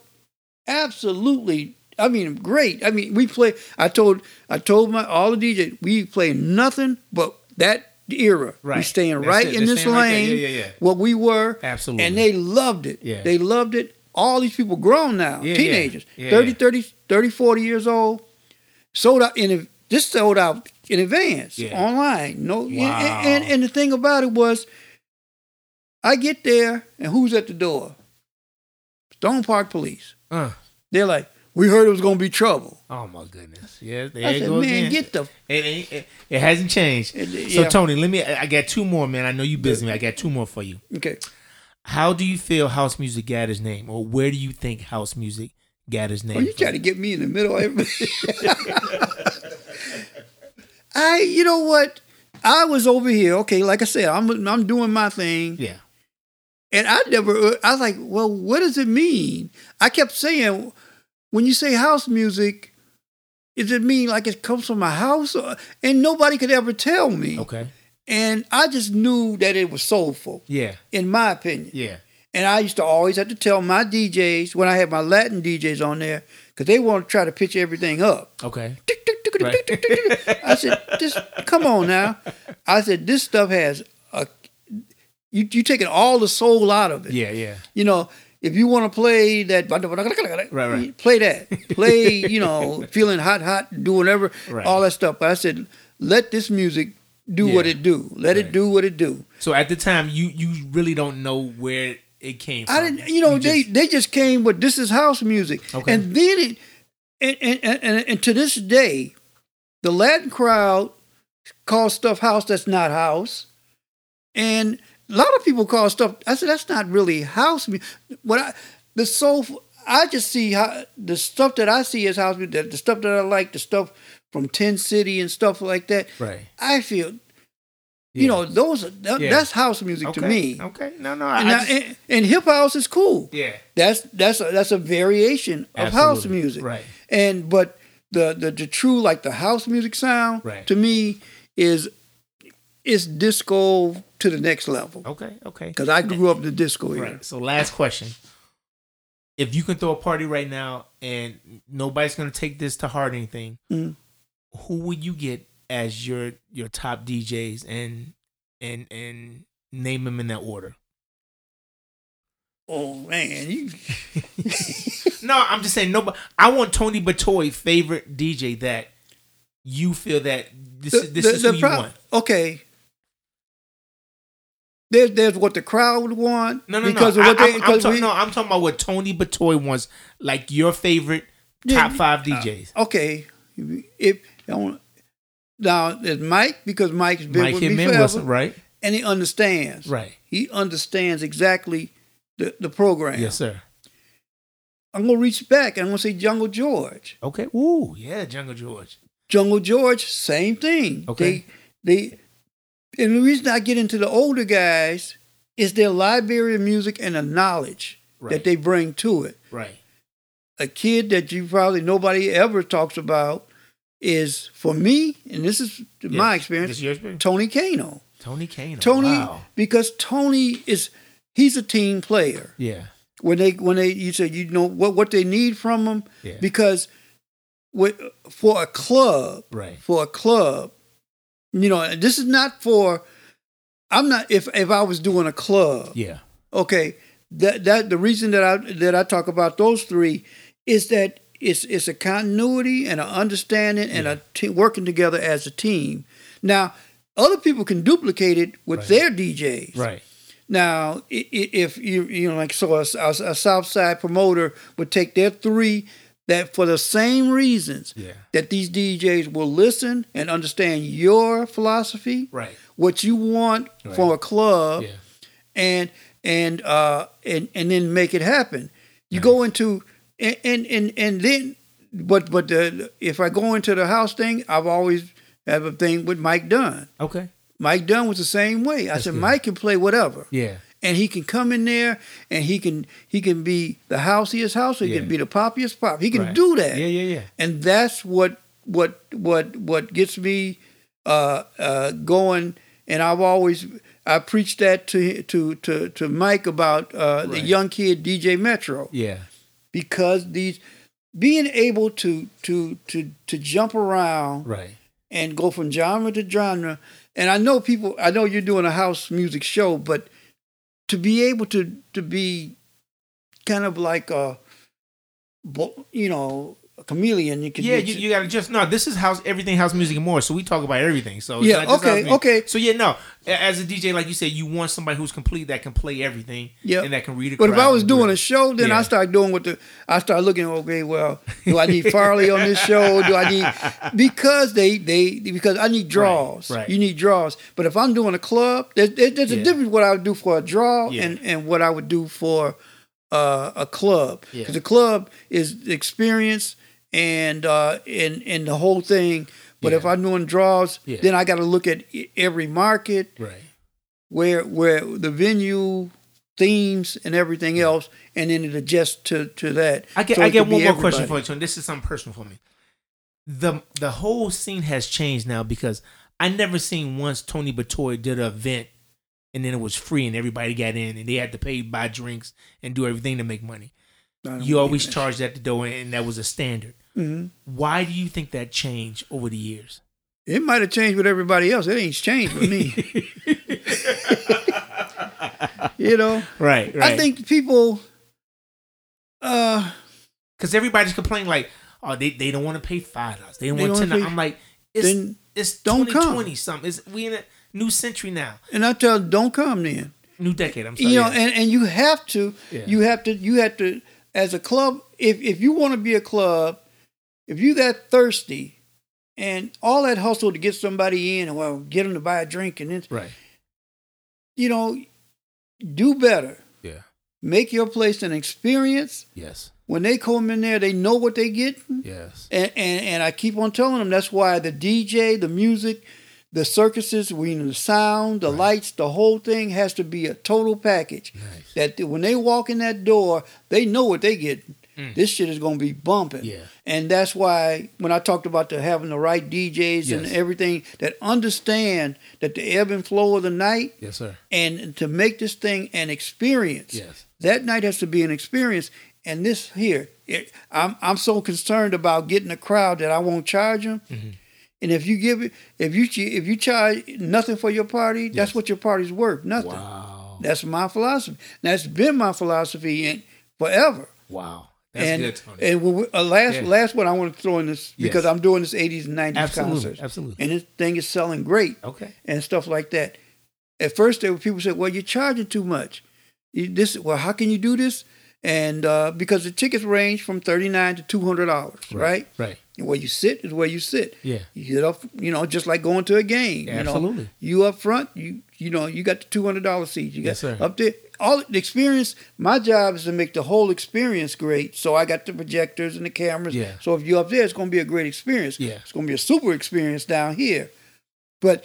[SPEAKER 2] absolutely i mean great i mean we play i told i told my all the dj we play nothing but that era we
[SPEAKER 1] Right.
[SPEAKER 2] staying
[SPEAKER 1] That's
[SPEAKER 2] right
[SPEAKER 1] it.
[SPEAKER 2] in
[SPEAKER 1] They're
[SPEAKER 2] this
[SPEAKER 1] staying right there.
[SPEAKER 2] lane
[SPEAKER 1] Yeah, yeah, yeah.
[SPEAKER 2] what we were
[SPEAKER 1] Absolutely.
[SPEAKER 2] and they loved it
[SPEAKER 1] Mm. Yeah.
[SPEAKER 2] they loved it all these people grown now
[SPEAKER 1] Yeah, yeah.
[SPEAKER 2] teenagers
[SPEAKER 1] Yeah,
[SPEAKER 2] thirty,
[SPEAKER 1] yeah.
[SPEAKER 2] thirty, thirty, forty 30 30 40 years old sold out in this sold out in advance
[SPEAKER 1] Yeah.
[SPEAKER 2] online no and-
[SPEAKER 1] Wow.
[SPEAKER 2] and, and the thing about it was i get there and who's at the door stone park police
[SPEAKER 1] Uh,
[SPEAKER 2] they're like, we heard it was gonna be trouble.
[SPEAKER 1] oh my goodness. Yeah. There
[SPEAKER 2] I
[SPEAKER 1] it
[SPEAKER 2] said,
[SPEAKER 1] goes
[SPEAKER 2] man,
[SPEAKER 1] again.
[SPEAKER 2] get the.
[SPEAKER 1] It, ain't, it, it hasn't changed.
[SPEAKER 2] It-
[SPEAKER 1] so
[SPEAKER 2] yeah.
[SPEAKER 1] Tony, let me. I I got two more, man. I know you busy. Man. I got two more for you.
[SPEAKER 2] Okay,
[SPEAKER 1] How do you feel house music got its name, or where do you think house music got its name?
[SPEAKER 2] well, Oh, you
[SPEAKER 1] from?
[SPEAKER 2] try to get me in the middle of everything. I, you know what? I was over here. Okay, like I said, I'm I'm doing my thing,
[SPEAKER 1] yeah.
[SPEAKER 2] and I never. uh, I was like, well, what does it mean? I kept saying, when you say house music, does it mean like it comes from my house? Or, and nobody could ever tell me.
[SPEAKER 1] Okay.
[SPEAKER 2] And I just knew that it was soulful,
[SPEAKER 1] Yeah.
[SPEAKER 2] in my opinion.
[SPEAKER 1] Yeah.
[SPEAKER 2] And I used to always have to tell my DJs when I had my Latin DJs on there, because they want to try to pitch everything up.
[SPEAKER 1] Okay.
[SPEAKER 2] I said, "This, come on now." I said, "This stuff has a you you taking all the soul out of it.
[SPEAKER 1] Yeah. Yeah.
[SPEAKER 2] You know, if you want to play that,
[SPEAKER 1] right.
[SPEAKER 2] play that, play you know, feeling hot, hot, do whatever,
[SPEAKER 1] Right.
[SPEAKER 2] all that stuff." But I said, "Let this music do
[SPEAKER 1] Yeah.
[SPEAKER 2] what it do. Let it
[SPEAKER 1] Right.
[SPEAKER 2] do what it do."
[SPEAKER 1] So at the time, you you really don't know where it came. from.
[SPEAKER 2] I didn't, you know, they
[SPEAKER 1] just-
[SPEAKER 2] they just came with this is house music,
[SPEAKER 1] Okay.
[SPEAKER 2] and then it, and and, and and and to this day, the Latin crowd call stuff house that's not house. And a lot of people call stuff. I said that's not really house music. What I the soul. I just see how the stuff that I see as house music. The, the stuff that I like, the stuff from Tin City and stuff like that.
[SPEAKER 1] Right.
[SPEAKER 2] I feel
[SPEAKER 1] Yeah.
[SPEAKER 2] you know those. Are, that,
[SPEAKER 1] Yeah.
[SPEAKER 2] That's house music
[SPEAKER 1] okay.
[SPEAKER 2] to me.
[SPEAKER 1] Okay. No, no.
[SPEAKER 2] And,
[SPEAKER 1] I,
[SPEAKER 2] I-
[SPEAKER 1] I just,
[SPEAKER 2] and, and hip house is cool.
[SPEAKER 1] yeah.
[SPEAKER 2] That's that's a, that's a variation of house
[SPEAKER 1] Absolutely.
[SPEAKER 2] music.
[SPEAKER 1] Right.
[SPEAKER 2] And but the, the the true like the house music sound
[SPEAKER 1] Right.
[SPEAKER 2] to me is is disco to the next level
[SPEAKER 1] Okay. Okay.
[SPEAKER 2] because I grew up in the disco era.
[SPEAKER 1] Oh. Right. So last question. If you can throw a party right now and nobody's gonna take this to heart or anything,
[SPEAKER 2] Mm.
[SPEAKER 1] who would you get as your your top DJs and and and name them in that order?
[SPEAKER 2] Oh man, you
[SPEAKER 1] No, I'm just saying nobody I want Tony Batoy favorite DJ that you feel that this is this is who you
[SPEAKER 2] prob-
[SPEAKER 1] want.
[SPEAKER 2] Okay. There's there's what the crowd would want.
[SPEAKER 1] No, no,
[SPEAKER 2] because
[SPEAKER 1] no.
[SPEAKER 2] Of what
[SPEAKER 1] I,
[SPEAKER 2] they,
[SPEAKER 1] am
[SPEAKER 2] because
[SPEAKER 1] talking,
[SPEAKER 2] we-
[SPEAKER 1] no, I'm talking about what Tony Batoy wants, like your favorite
[SPEAKER 2] Yeah, uh,
[SPEAKER 1] top five DJs.
[SPEAKER 2] okay. If I want, now there's Mike because Mike's been
[SPEAKER 1] Mike
[SPEAKER 2] with me
[SPEAKER 1] Hitman
[SPEAKER 2] forever,
[SPEAKER 1] Wilson, right?
[SPEAKER 2] and he understands.
[SPEAKER 1] Right.
[SPEAKER 2] He understands exactly the the program.
[SPEAKER 1] Yes, sir.
[SPEAKER 2] I'm gonna reach back and I'm gonna say Jungle George.
[SPEAKER 1] Okay. Ooh, yeah, Jungle George.
[SPEAKER 2] Jungle George, same thing.
[SPEAKER 1] Okay.
[SPEAKER 2] They, they, and the reason I get into the older guys is their library of music and the knowledge
[SPEAKER 1] Right.
[SPEAKER 2] that they bring to it.
[SPEAKER 1] Right.
[SPEAKER 2] A kid that you probably nobody ever talks about is for me, and this is my
[SPEAKER 1] Yeah.
[SPEAKER 2] experience.
[SPEAKER 1] This your experience?
[SPEAKER 2] Tony Kano.
[SPEAKER 1] Tony Kane.
[SPEAKER 2] Tony,
[SPEAKER 1] Wow.
[SPEAKER 2] because Tony is he's a team player.
[SPEAKER 1] Yeah.
[SPEAKER 2] when they when they you said you know what what they need from them
[SPEAKER 1] Yeah.
[SPEAKER 2] because with, for a club
[SPEAKER 1] Right.
[SPEAKER 2] for a club you know and this is not for I'm not if if I was doing a club
[SPEAKER 1] Yeah.
[SPEAKER 2] okay that that the reason that I that I talk about those three is that it's it's a continuity and an understanding and a te- working together as a team now other people can duplicate it with
[SPEAKER 1] Right.
[SPEAKER 2] their DJs
[SPEAKER 1] Right.
[SPEAKER 2] now, i- i- if you you know, like so, a, a, a South Side promoter would take their three that for the same reasons
[SPEAKER 1] Yeah.
[SPEAKER 2] that these DJs will listen and understand your philosophy,
[SPEAKER 1] Right.
[SPEAKER 2] what you want
[SPEAKER 1] Right.
[SPEAKER 2] for a club,
[SPEAKER 1] Yeah.
[SPEAKER 2] and and uh and and then make it happen. You go into and and and, and then but but the, if I go into the house thing, I've always have a thing with Mike Dunn.
[SPEAKER 1] Okay.
[SPEAKER 2] Mike Dunn was the same way. I said
[SPEAKER 1] good.
[SPEAKER 2] Mike can play whatever
[SPEAKER 1] Yeah.
[SPEAKER 2] and he can come in there and he can he can be the houseiest house, or he
[SPEAKER 1] Yeah.
[SPEAKER 2] can be the poppiest pop. He can
[SPEAKER 1] Right.
[SPEAKER 2] do that,
[SPEAKER 1] Yeah. Yeah. Yeah.
[SPEAKER 2] and that's what what what what gets me uh, uh, going. And I've always I preached that to to to to Mike about uh, the
[SPEAKER 1] Right.
[SPEAKER 2] young kid DJ Metro
[SPEAKER 1] Yeah.
[SPEAKER 2] because these being able to to to to jump around
[SPEAKER 1] Right.
[SPEAKER 2] and go from genre to genre. And I know people, I know you're doing a house music show, but to be able to to be kind of like a, bo- you know, a chameleon, you can
[SPEAKER 1] Yeah,
[SPEAKER 2] get
[SPEAKER 1] you, you gotta just no. This is house everything house music and more. So we talk about everything. So it's
[SPEAKER 2] Yeah,
[SPEAKER 1] not just
[SPEAKER 2] okay,
[SPEAKER 1] house music.
[SPEAKER 2] okay.
[SPEAKER 1] So yeah, no. A- As a DJ, like you said, you want somebody who's complete that can play everything.
[SPEAKER 2] Yeah.
[SPEAKER 1] and that can read. A
[SPEAKER 2] But if
[SPEAKER 1] crowd
[SPEAKER 2] I was
[SPEAKER 1] and do
[SPEAKER 2] doing
[SPEAKER 1] it.
[SPEAKER 2] a show, then
[SPEAKER 1] Yeah.
[SPEAKER 2] I start doing what the I start looking. Okay, well, do I need Farley on this show? Do I need because they they because I need draws.
[SPEAKER 1] right.
[SPEAKER 2] You need draws. But if I'm doing a club, there, there- there's a
[SPEAKER 1] Yeah.
[SPEAKER 2] difference what I would do for a draw
[SPEAKER 1] Yeah.
[SPEAKER 2] and and what I would do for uh, a club.
[SPEAKER 1] Yeah.
[SPEAKER 2] Because the club is the experience and uh and and the whole thing. But if
[SPEAKER 1] Yeah.
[SPEAKER 2] I'm doing draws,
[SPEAKER 1] Yeah.
[SPEAKER 2] then I got to look at e- every market
[SPEAKER 1] right,
[SPEAKER 2] where where the venue themes and everything else and then it adjusts to to that
[SPEAKER 1] I get
[SPEAKER 2] So
[SPEAKER 1] I
[SPEAKER 2] it
[SPEAKER 1] get
[SPEAKER 2] could be
[SPEAKER 1] one more question
[SPEAKER 2] everybody.
[SPEAKER 1] for you, Tony. This is something personal for me. The the whole scene has changed now because I never seen once Tony Batoy did an event and then it was free and everybody got in and they had to pay buy drinks and do everything to make money.
[SPEAKER 2] I don't
[SPEAKER 1] You always
[SPEAKER 2] believe
[SPEAKER 1] charged at the door and that was a standard.
[SPEAKER 2] that. Mhm.
[SPEAKER 1] Why do you think that changed over the years?
[SPEAKER 2] it might have changed with everybody else it ain't changed with me you know
[SPEAKER 1] Right,
[SPEAKER 2] i think people uh
[SPEAKER 1] because everybody's complaining like, oh, they, they don't want to pay five dollars, they don't
[SPEAKER 2] They
[SPEAKER 1] want ten
[SPEAKER 2] don't
[SPEAKER 1] dollars.
[SPEAKER 2] wanna pay-
[SPEAKER 1] I'm like, it's
[SPEAKER 2] Then
[SPEAKER 1] it's
[SPEAKER 2] don't
[SPEAKER 1] twenty
[SPEAKER 2] come.
[SPEAKER 1] twenty something. It's we in a new century now,
[SPEAKER 2] and i tell them don't come then
[SPEAKER 1] new decade. I'm sorry,
[SPEAKER 2] you know
[SPEAKER 1] yeah.
[SPEAKER 2] and, and you have to
[SPEAKER 1] Yeah.
[SPEAKER 2] you have to you have to as a club if if you want to be a club if you that thirsty And all that hustle to get somebody in and well, get them to buy a drink and then
[SPEAKER 1] Right.
[SPEAKER 2] you know, do better.
[SPEAKER 1] Yeah.
[SPEAKER 2] Make your place an experience.
[SPEAKER 1] Yes.
[SPEAKER 2] When they come in there, they know what they get.
[SPEAKER 1] Yes.
[SPEAKER 2] And, and and I keep on telling them that's why the DJ, the music, the circuses, we the sound, the lights, the whole thing has to be a total package.
[SPEAKER 1] Nice.
[SPEAKER 2] That th- when they walk in that door, they know what they get. This shit is gonna be bumping.
[SPEAKER 1] Mm. Yeah.
[SPEAKER 2] And that's why when I talked about the having the right DJs and
[SPEAKER 1] Yes.
[SPEAKER 2] everything that understand that the ebb and flow of the night
[SPEAKER 1] Yes, sir.
[SPEAKER 2] and to make this thing an experience.
[SPEAKER 1] Yes.
[SPEAKER 2] That night has to be an experience. And this here, it, I'm I'm so concerned about getting a crowd that I won't charge them.
[SPEAKER 1] Mm-hmm.
[SPEAKER 2] And if you give it, if you ch- if you charge nothing for your party, that's what your party's worth, nothing.
[SPEAKER 1] Wow.
[SPEAKER 2] That's my philosophy. And that's been my philosophy in forever.
[SPEAKER 1] Wow. That's
[SPEAKER 2] and
[SPEAKER 1] good, Tony.
[SPEAKER 2] and when we, uh, last
[SPEAKER 1] Yeah.
[SPEAKER 2] last one I want to throw in this because
[SPEAKER 1] Yes.
[SPEAKER 2] I'm doing this 80s and 90s
[SPEAKER 1] Absolutely,
[SPEAKER 2] concerts.
[SPEAKER 1] absolutely.
[SPEAKER 2] And this thing is selling great
[SPEAKER 1] okay.
[SPEAKER 2] and stuff like that. At first, there were people said, "Well, you're charging too much. You, this, well, how can you do this?" And uh, because the tickets range from thirty nine to two hundred dollars, right.
[SPEAKER 1] Right.
[SPEAKER 2] And where you sit is where you sit.
[SPEAKER 1] Yeah.
[SPEAKER 2] You get up, you know, just like going to a game. You,
[SPEAKER 1] Absolutely.
[SPEAKER 2] know, you up front, you you know, you got the two hundred dollar seat. You got
[SPEAKER 1] Yes, sir.
[SPEAKER 2] up there. All the experience. My job is to make the whole experience great. So I got the projectors and the cameras.
[SPEAKER 1] Yeah.
[SPEAKER 2] So if you're up there, it's going to be a great experience.
[SPEAKER 1] Yeah.
[SPEAKER 2] It's going to be a super experience down here. But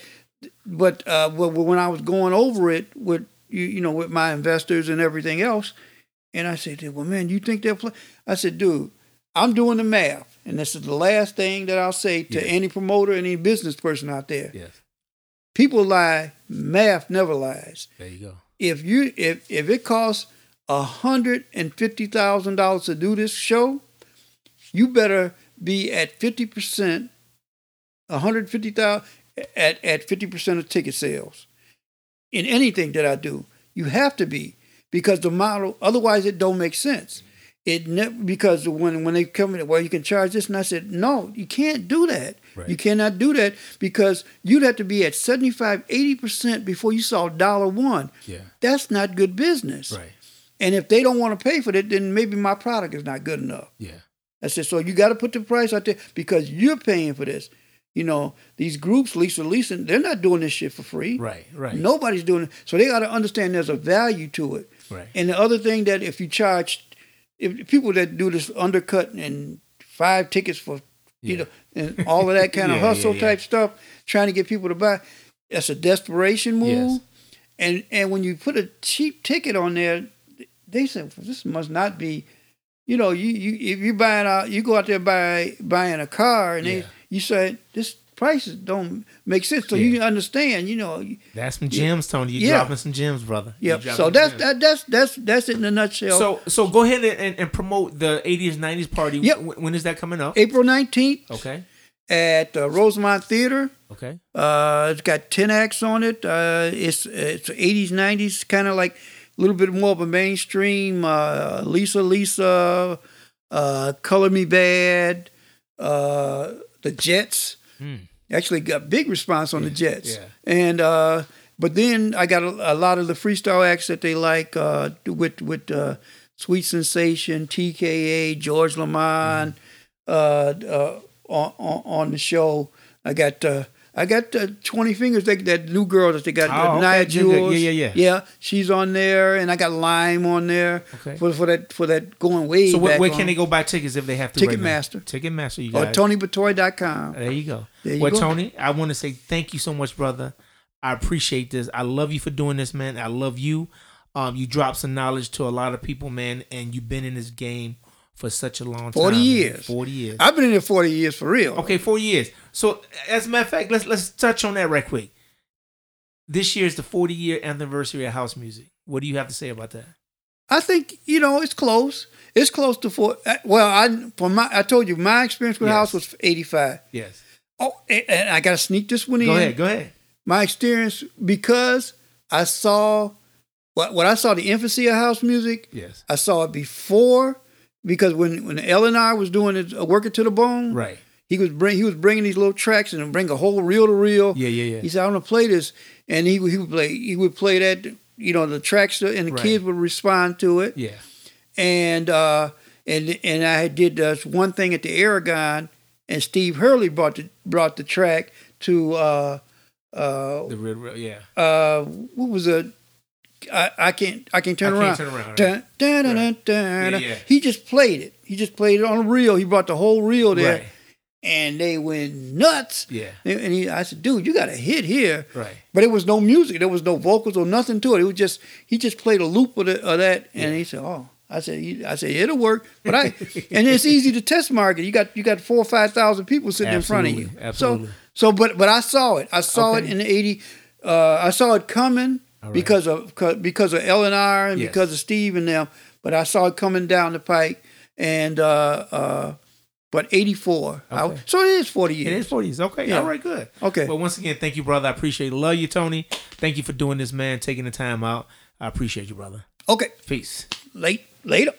[SPEAKER 2] but uh, wh- wh- when I was going over it with you, you know, with my investors and everything else, and I said, "Well, man, you think they'll play?" I said, "Dude, I'm doing the math, and this is the last thing that I'll say to
[SPEAKER 1] Yeah.
[SPEAKER 2] any promoter, any business person out there.
[SPEAKER 1] Yes.
[SPEAKER 2] People lie, math never lies.
[SPEAKER 1] There you go.
[SPEAKER 2] If you if if it costs a hundred and fifty thousand dollars to do this show, you better be at fifty percent, a hundred fifty thousand at at fifty percent of ticket sales. In anything that I do, you have to be because the model. Otherwise, it don't make sense. It ne- because when when they come in, well, you can charge this, and I said, no, you can't do that.
[SPEAKER 1] Right.
[SPEAKER 2] You cannot do that because you'd have to be at 75, 80 percent before you saw dollar one.
[SPEAKER 1] Yeah.
[SPEAKER 2] That's not good business.
[SPEAKER 1] Right.
[SPEAKER 2] And if they don't want to pay for it, then maybe my product is not good enough.
[SPEAKER 1] Yeah.
[SPEAKER 2] I said, so you got to put the price out there because you're paying for this. You know, these groups, Lisa Leeson, they're not doing this shit for free.
[SPEAKER 1] Right. Right.
[SPEAKER 2] Nobody's doing it. So they got to understand there's a value to it.
[SPEAKER 1] Right.
[SPEAKER 2] And the other thing that if you charge, if people that do this undercut and five tickets for,
[SPEAKER 1] Yeah.
[SPEAKER 2] you know, and all of that kind
[SPEAKER 1] Yeah,
[SPEAKER 2] of
[SPEAKER 1] yeah,
[SPEAKER 2] hustle
[SPEAKER 1] yeah.
[SPEAKER 2] type stuff, trying to get people to buy, that's a desperation move.
[SPEAKER 1] Yes.
[SPEAKER 2] And and when you put a cheap ticket on there, they said this must not be. You know, you, you if you buying out, you go out there buy buying a car, and
[SPEAKER 1] Yeah.
[SPEAKER 2] they, you say this prices don't make sense. So you understand, you know,
[SPEAKER 1] That's some gems, Tony. You
[SPEAKER 2] Yeah.
[SPEAKER 1] dropping some gems, brother. You
[SPEAKER 2] yeah.
[SPEAKER 1] dropping
[SPEAKER 2] So
[SPEAKER 1] some
[SPEAKER 2] that's
[SPEAKER 1] gems.
[SPEAKER 2] that, that's that's that's it in a nutshell.
[SPEAKER 1] So so go ahead and, and, and promote the 80s 90s party.
[SPEAKER 2] Yep.
[SPEAKER 1] Wh- when is that coming up?
[SPEAKER 2] April nineteenth
[SPEAKER 1] Okay.
[SPEAKER 2] at uh, Rosemont Theater.
[SPEAKER 1] Okay.
[SPEAKER 2] Uh, it's got ten acts on it. Uh, it's it's eighties nineties, kind of like a little bit more of a mainstream. Uh, Lisa Lisa, uh, Color Me Bad, uh, the Jets. Actually, got big response on the Jets.
[SPEAKER 1] Hmm. yeah.
[SPEAKER 2] And uh, but then I got a, a lot of the freestyle acts that they like uh, with with uh, Sweet Sensation, TKA, George Lamont uh, uh, on, on on the show. I got uh, I got uh, Twenty Fingers. That, that new girl that they got,
[SPEAKER 1] Oh,
[SPEAKER 2] uh,
[SPEAKER 1] okay.
[SPEAKER 2] Nia
[SPEAKER 1] Yeah, yeah,
[SPEAKER 2] Jules.
[SPEAKER 1] yeah, yeah.
[SPEAKER 2] she's on there, and I got Lime on there
[SPEAKER 1] Okay.
[SPEAKER 2] for for that for that going way
[SPEAKER 1] So where,
[SPEAKER 2] back.
[SPEAKER 1] where can
[SPEAKER 2] on- uh,
[SPEAKER 1] they go buy tickets if they have to?
[SPEAKER 2] Ticketmaster.
[SPEAKER 1] Right now? Ticketmaster. You Uh,
[SPEAKER 2] Or
[SPEAKER 1] got it.
[SPEAKER 2] TonyBatoy.com.
[SPEAKER 1] There you go.
[SPEAKER 2] There you
[SPEAKER 1] well,
[SPEAKER 2] go.
[SPEAKER 1] Tony, I want to say thank you so much, brother. I appreciate this. I love you for doing this, man. I love you. Um, you dropped some knowledge to a lot of people, man, and you've been in this game for such a long time.
[SPEAKER 2] 40
[SPEAKER 1] man.
[SPEAKER 2] years.
[SPEAKER 1] Forty years.
[SPEAKER 2] I've been in there forty years for real.
[SPEAKER 1] Okay, four years. So, as a matter of fact, let's let's touch on that right quick. This year is the 40 year anniversary of house music. What do you have to say about that?
[SPEAKER 2] I think you know it's close. It's close to four. uh, Well, I for my I told you my experience with
[SPEAKER 1] Yes.
[SPEAKER 2] House was eighty five.
[SPEAKER 1] Yes.
[SPEAKER 2] Oh, and, and I gotta sneak this one in.
[SPEAKER 1] Go ahead. Go ahead.
[SPEAKER 2] my experience because I saw what what I saw the infancy of house music.
[SPEAKER 1] Yes.
[SPEAKER 2] I saw it before because when when L and I was doing it, uh, working to the bone,
[SPEAKER 1] Right.
[SPEAKER 2] He was bring he was bringing these little tracks and bring a whole reel to reel.
[SPEAKER 1] Yeah, yeah, yeah.
[SPEAKER 2] He said, "I'm gonna play this," and he would- he would play he would play that you know the tracks uh, and the
[SPEAKER 1] Right.
[SPEAKER 2] kids would respond to it
[SPEAKER 1] Yeah.
[SPEAKER 2] uh, and uh, and and I did this one thing at the Aragon, and Steve Hurley brought the brought the track to uh, uh,
[SPEAKER 1] The real, real yeah.
[SPEAKER 2] uh, what was a I, I can't I can't turn
[SPEAKER 1] I
[SPEAKER 2] around.
[SPEAKER 1] can't turn around,
[SPEAKER 2] Dun, dun, dun,
[SPEAKER 1] Right.
[SPEAKER 2] dun, dun.
[SPEAKER 1] Yeah, yeah.
[SPEAKER 2] He just played it. He just played it on a reel. He brought the whole reel there,
[SPEAKER 1] Right.
[SPEAKER 2] and they went nuts.
[SPEAKER 1] Yeah.
[SPEAKER 2] And and he, I said, "Dude, you got a hit here."
[SPEAKER 1] Right.
[SPEAKER 2] But it was no music. There was no vocals or nothing to it. It was just he just played a loop of, the, of that, and he said, "Oh." I said, "You- I said it'll work, but I and it's easy to test market. You got you got four or five thousand people sitting in front of
[SPEAKER 1] Absolutely,
[SPEAKER 2] you.
[SPEAKER 1] absolutely.
[SPEAKER 2] So so, but but I saw it. I saw
[SPEAKER 1] Okay.
[SPEAKER 2] it in the eighty. Uh, I saw it coming
[SPEAKER 1] All right.
[SPEAKER 2] because of 'cause- because of L and R and
[SPEAKER 1] Yes.
[SPEAKER 2] because of Steve and them. But I saw it coming down the pike, and uh, uh, but eighty four.
[SPEAKER 1] Okay.
[SPEAKER 2] So it is forty years.
[SPEAKER 1] It is forties. Okay.
[SPEAKER 2] Yeah.
[SPEAKER 1] All right. Good.
[SPEAKER 2] Okay.
[SPEAKER 1] Well, once again, thank you, brother. I appreciate. it. Love you, Tony. Thank you for doing this, man. Taking the time out. I appreciate you, brother.
[SPEAKER 2] Okay,
[SPEAKER 1] Peace.
[SPEAKER 2] late later.